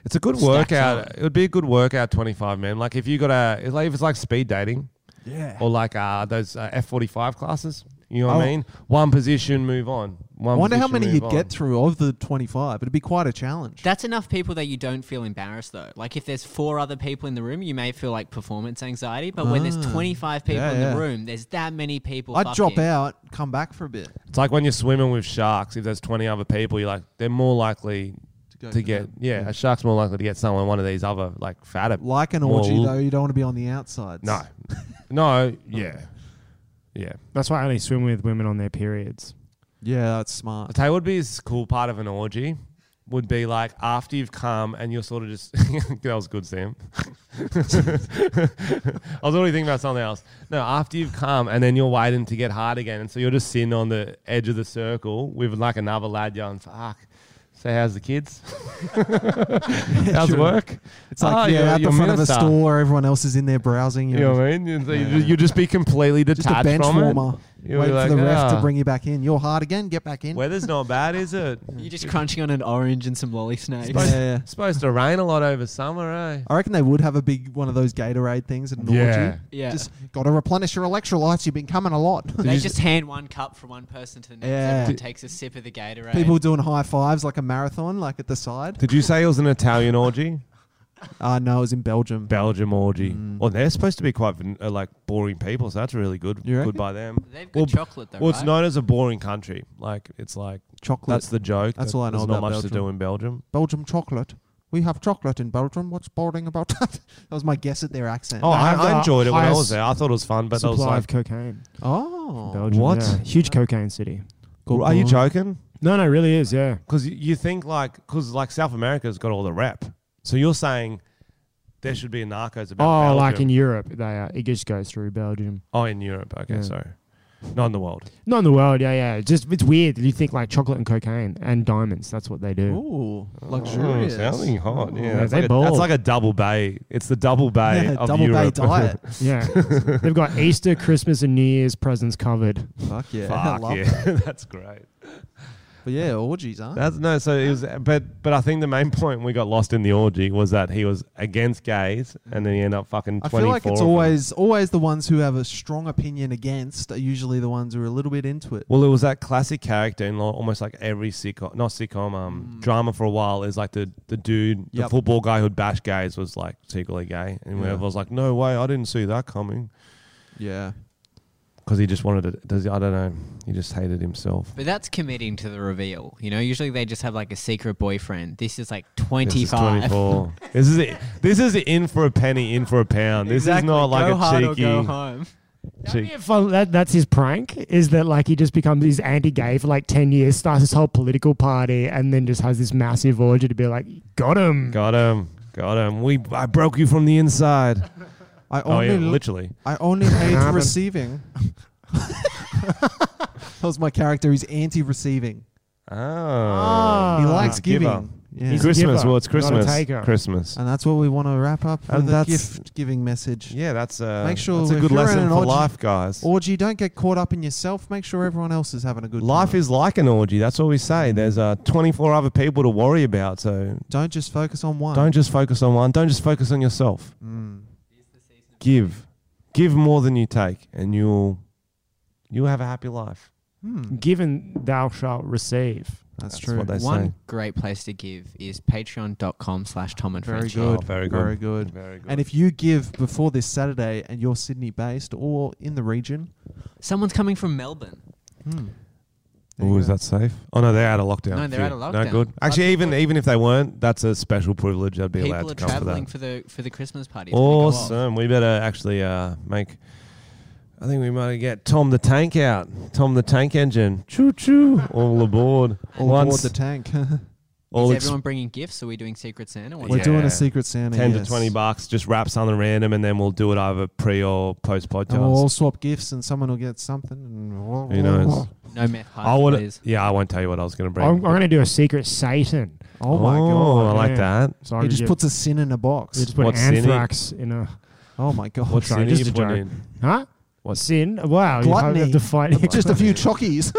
It's a good
Stacks
workout.
on.
It would be a good workout. Twenty five men. Like if you got a, it's like if it's like speed dating,
Yeah.
or like uh, those F forty five classes. You know what
Oh.
I mean? One position, move on. One
I wonder how
position,
many
move
you'd
on.
get through of the 25. It'd be quite a challenge.
That's enough people that you don't feel embarrassed though. Like if there's four other people in the room, you may feel like performance anxiety. But when there's
Ah.
25 people
Yeah,
in the
yeah.
room, there's that many people.
I'd drop
fucking.
out, come back for a bit.
It's like when you're swimming with sharks. If there's 20 other people, you're like, they're more likely
go
to,
for
get,
them.
yeah, a shark's more likely to get someone, one of these other, like, fatter.
Like an
more
orgy,
l-
though, Oh. you don't want to be on the outsides.
No. [laughs]
[laughs]
no, yeah. Yeah.
That's why I only swim with women on their periods.
Yeah, that's
I'll
smart.
tell you what would be this cool part of an orgy would be like after you've come and you're sort of just [laughs] that was good Sam. [laughs] I was already thinking about something else. No, after you've come and then you're waiting to get hard again, and so you're just sitting on the edge of the circle with like another lad going, "Fuck." So how's
[laughs]
the kids? how's
Sure.
work?
It's like,
Oh,
yeah,
you're-
at the
you're
front of a
minister.
store, everyone else is in there browsing.
You
You're
know what I mean? You, so you
Yeah.
just, you just be completely detached
just a bench
from
warmer.
it. You'll be
Waiting for the
like,
ref to
"Ah,
bring you back in. You're hard again, get back in.
Weather's not bad, is it? [laughs]
You're just crunching on an orange and some lolly snakes.
Yeah, yeah.
It's supposed to rain a lot over summer, eh?
I reckon they would have a big one of those Gatorade things at an
Yeah.
orgy.
Yeah.
Just got to replenish your electrolytes. You've been coming a lot.
They just hand one cup from one person to the next.
Yeah.
Everyone
Did-
takes a sip of the
[laughs]
Gatorade.
People doing high fives like a marathon, like at the side.
Did you say it was an Italian orgy?
Uh, no, it was in Belgium.
Belgium orgy. Well, they're supposed to be quite van- uh, like boring people, so that's really good.
You reckon?
Good by them.
They've got
Well, b-
chocolate though,
well,
right?
it's known as a boring country. Like it's like
Chocolate.
that's the joke.
That's
that
all I know
There's
about
not much to
Belgium.
do in Belgium.
Belgium chocolate. We have chocolate in Belgium. What's boring about [laughs] that? that was my guess at their accent.
Oh,
They
I,
have the
I enjoyed it when I was
highest
there. I thought it was fun, but I was
Supply
like,
of cocaine.
Oh.
Belgium,
what?
yeah. Huge cocaine city.
Good
are you
boy.
joking?
No, no, it really is. Yeah.
Because you think like because like South America's got all the rap. So you're saying there should be a narcos about
Oh, like
Belgium.
in Europe, they are, it just goes through Belgium.
oh in Europe. Okay,
Yeah.
sorry, not in the world.
Not in the world. Yeah, yeah. It's Just it's weird. You think like chocolate and cocaine and diamonds. That's what they do.
Ooh,
Oh,
luxurious.
sounding hot. Yeah,
Yeah,
that's,
they
like a, that's
bold.
like a double bay. It's the double bay
Yeah,
of
double bay
Europe. [laughs]
diet.
Yeah, they've got Easter, Christmas, and New Year's presents covered.
Fuck yeah. I
[laughs] Fuck
love
yeah,
that.
that's great.
But yeah, orgies, huh?
That's no. So it was, but but I think the main point we got lost in the orgy was that he was against gays, and then he ended up fucking
I
twenty four.
feel like it's always always the ones who have a strong opinion against are usually the ones who are a little bit into it.
Well, it was that classic character in lo- almost like every sitcom, not sitcom, um, drama for a while is like the, the dude, the
Mm. Yep.
football guy who'd bash gays was like secretly gay. And
Yeah.
whenever I was like, no way, I didn't see that coming.
Yeah.
Because he just wanted to, does, I don't know, he just hated himself.
But that's committing to the reveal. You know, usually they just have like a secret boyfriend. This is like
This is
25. [laughs]
24. [laughs] this is it. This is in for a penny, in for a pound. This is
Exactly.
not like
go hard
a
or go
cheeky.
home.
cheek-
If uh, that, that's his prank, is that like he just becomes he's anti-gay for like ten years, starts this whole political party, and then just has this massive orgy to be like, got him.
Got him. Got him. We, I broke you from the inside.
I
Oh,
only
yeah, literally.
I only hate
Happened.
receiving. [laughs] that was my character. He's anti-receiving.
Oh.
He likes
He's a giver.
giving. Yeah.
He's-
Christmas.
giver,
Well, it's
not a
Christmas.
taker.
Christmas.
and that's what we want to wrap up with
And
the
that's-
gift giving message.
Yeah, that's a,
Make sure
that's a
if
good
you're in
lesson
an
for
orgy-
life, guys.
Orgy, don't get caught up in yourself. Make sure everyone else is having a good
Life
time.
is like an orgy. That's what we say. There's uh, 24 other people to worry about. So
Don't just focus on one.
don't just focus on one. Don't just focus on yourself.
Mm,
Give. Give more than you take, and you'll you'll have a happy life.
Given thou shalt receive.
That's,
That's
true.
what [laughs] they say.
One great place to give is patreon.com slash Tom and
Very
French.
good.
Oh, very good.
Very good.
Very good.
And if you give before this Saturday and you're Sydney based or in the region,
Someone's coming from Melbourne.
Hmm.
there you
Ooh, is
go.
that safe? Oh no, they're out of lockdown.
No, they're
Phew.
out of lockdown.
No good. Actually, even even if they weren't, that's a special privilege. I'd be allowed
People
to come
are
for that.
traveling for, the for the Christmas party. It's gonna go off.
Awesome. We better actually uh, make. I think we might get Tom the Tank out. Tom the Tank Engine. Choo choo. All
[laughs]
aboard.
All aboard
Once,
the
[laughs]
tank.
all
Is
ex-
everyone bringing gifts? Are we doing Secret Santa? What's
We're doing
Yeah.
a secret Santa.
10
yes.
to 20 bucks. Just wrap something random and then we'll do it either pre or post podcast.
And we'll all swap gifts and someone will get something. And [laughs]
Who knows?
No meth
I
hut,
would.
please.
Yeah, I won't tell you what I was going to bring.
I'm, I'm going to do a secret Satan.
Oh my
Oh, I
god.
like
Yeah.
that.
So I
He just
give-
puts a sin in a
you
box.
just put
What's in it?
anthrax in a
Oh my god.
What's
Sorry,
in
[laughs] just
you
a
put
joke.
in?
huh?
What?
Sin? Wow, you probably
Gluttony.
have to fight.
just
[laughs]
a few chockies.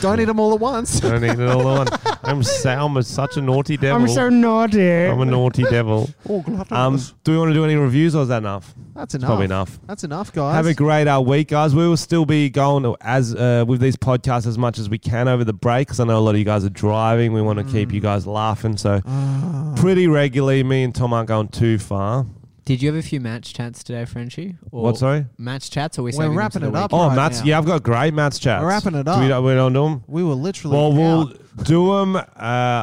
[laughs]
[laughs]
Don't eat them all at once.
I don't need it all on.
[laughs]
I'm, so, I'm a- such a naughty devil.
I'm so naughty.
I'm
[laughs]
a naughty devil.
All gluttonous.
Um, do we want to do any reviews or is that enough?
That's enough.
Probably enough.
That's enough, guys.
Have a great uh, week, guys. We will still be going as uh, with these podcasts as much as we can over the break because I know a lot of you guys are driving. We want to keep you
Mm.
guys laughing, so
Ah.
pretty regularly. Me and Tom aren't going too far.
Did you have a few match chats today, Frenchie? Or
What? Sorry.
Match chats? Or we
We're wrapping it up.
Oh,
right
Matt's.
now.
Yeah, I've got great Matt's chats.
We're wrapping it
Do we,
up.
don't- we don't do them.
We were literally.
Well, we'll
out.
do them uh,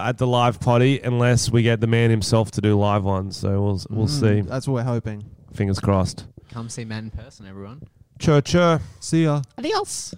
at the live potty unless we get the man himself to do live ones. So we'll we'll see.
Mm, That's what we're hoping.
Fingers crossed.
Come see Matt in person, everyone.
Chur chur.
See ya.
Adios.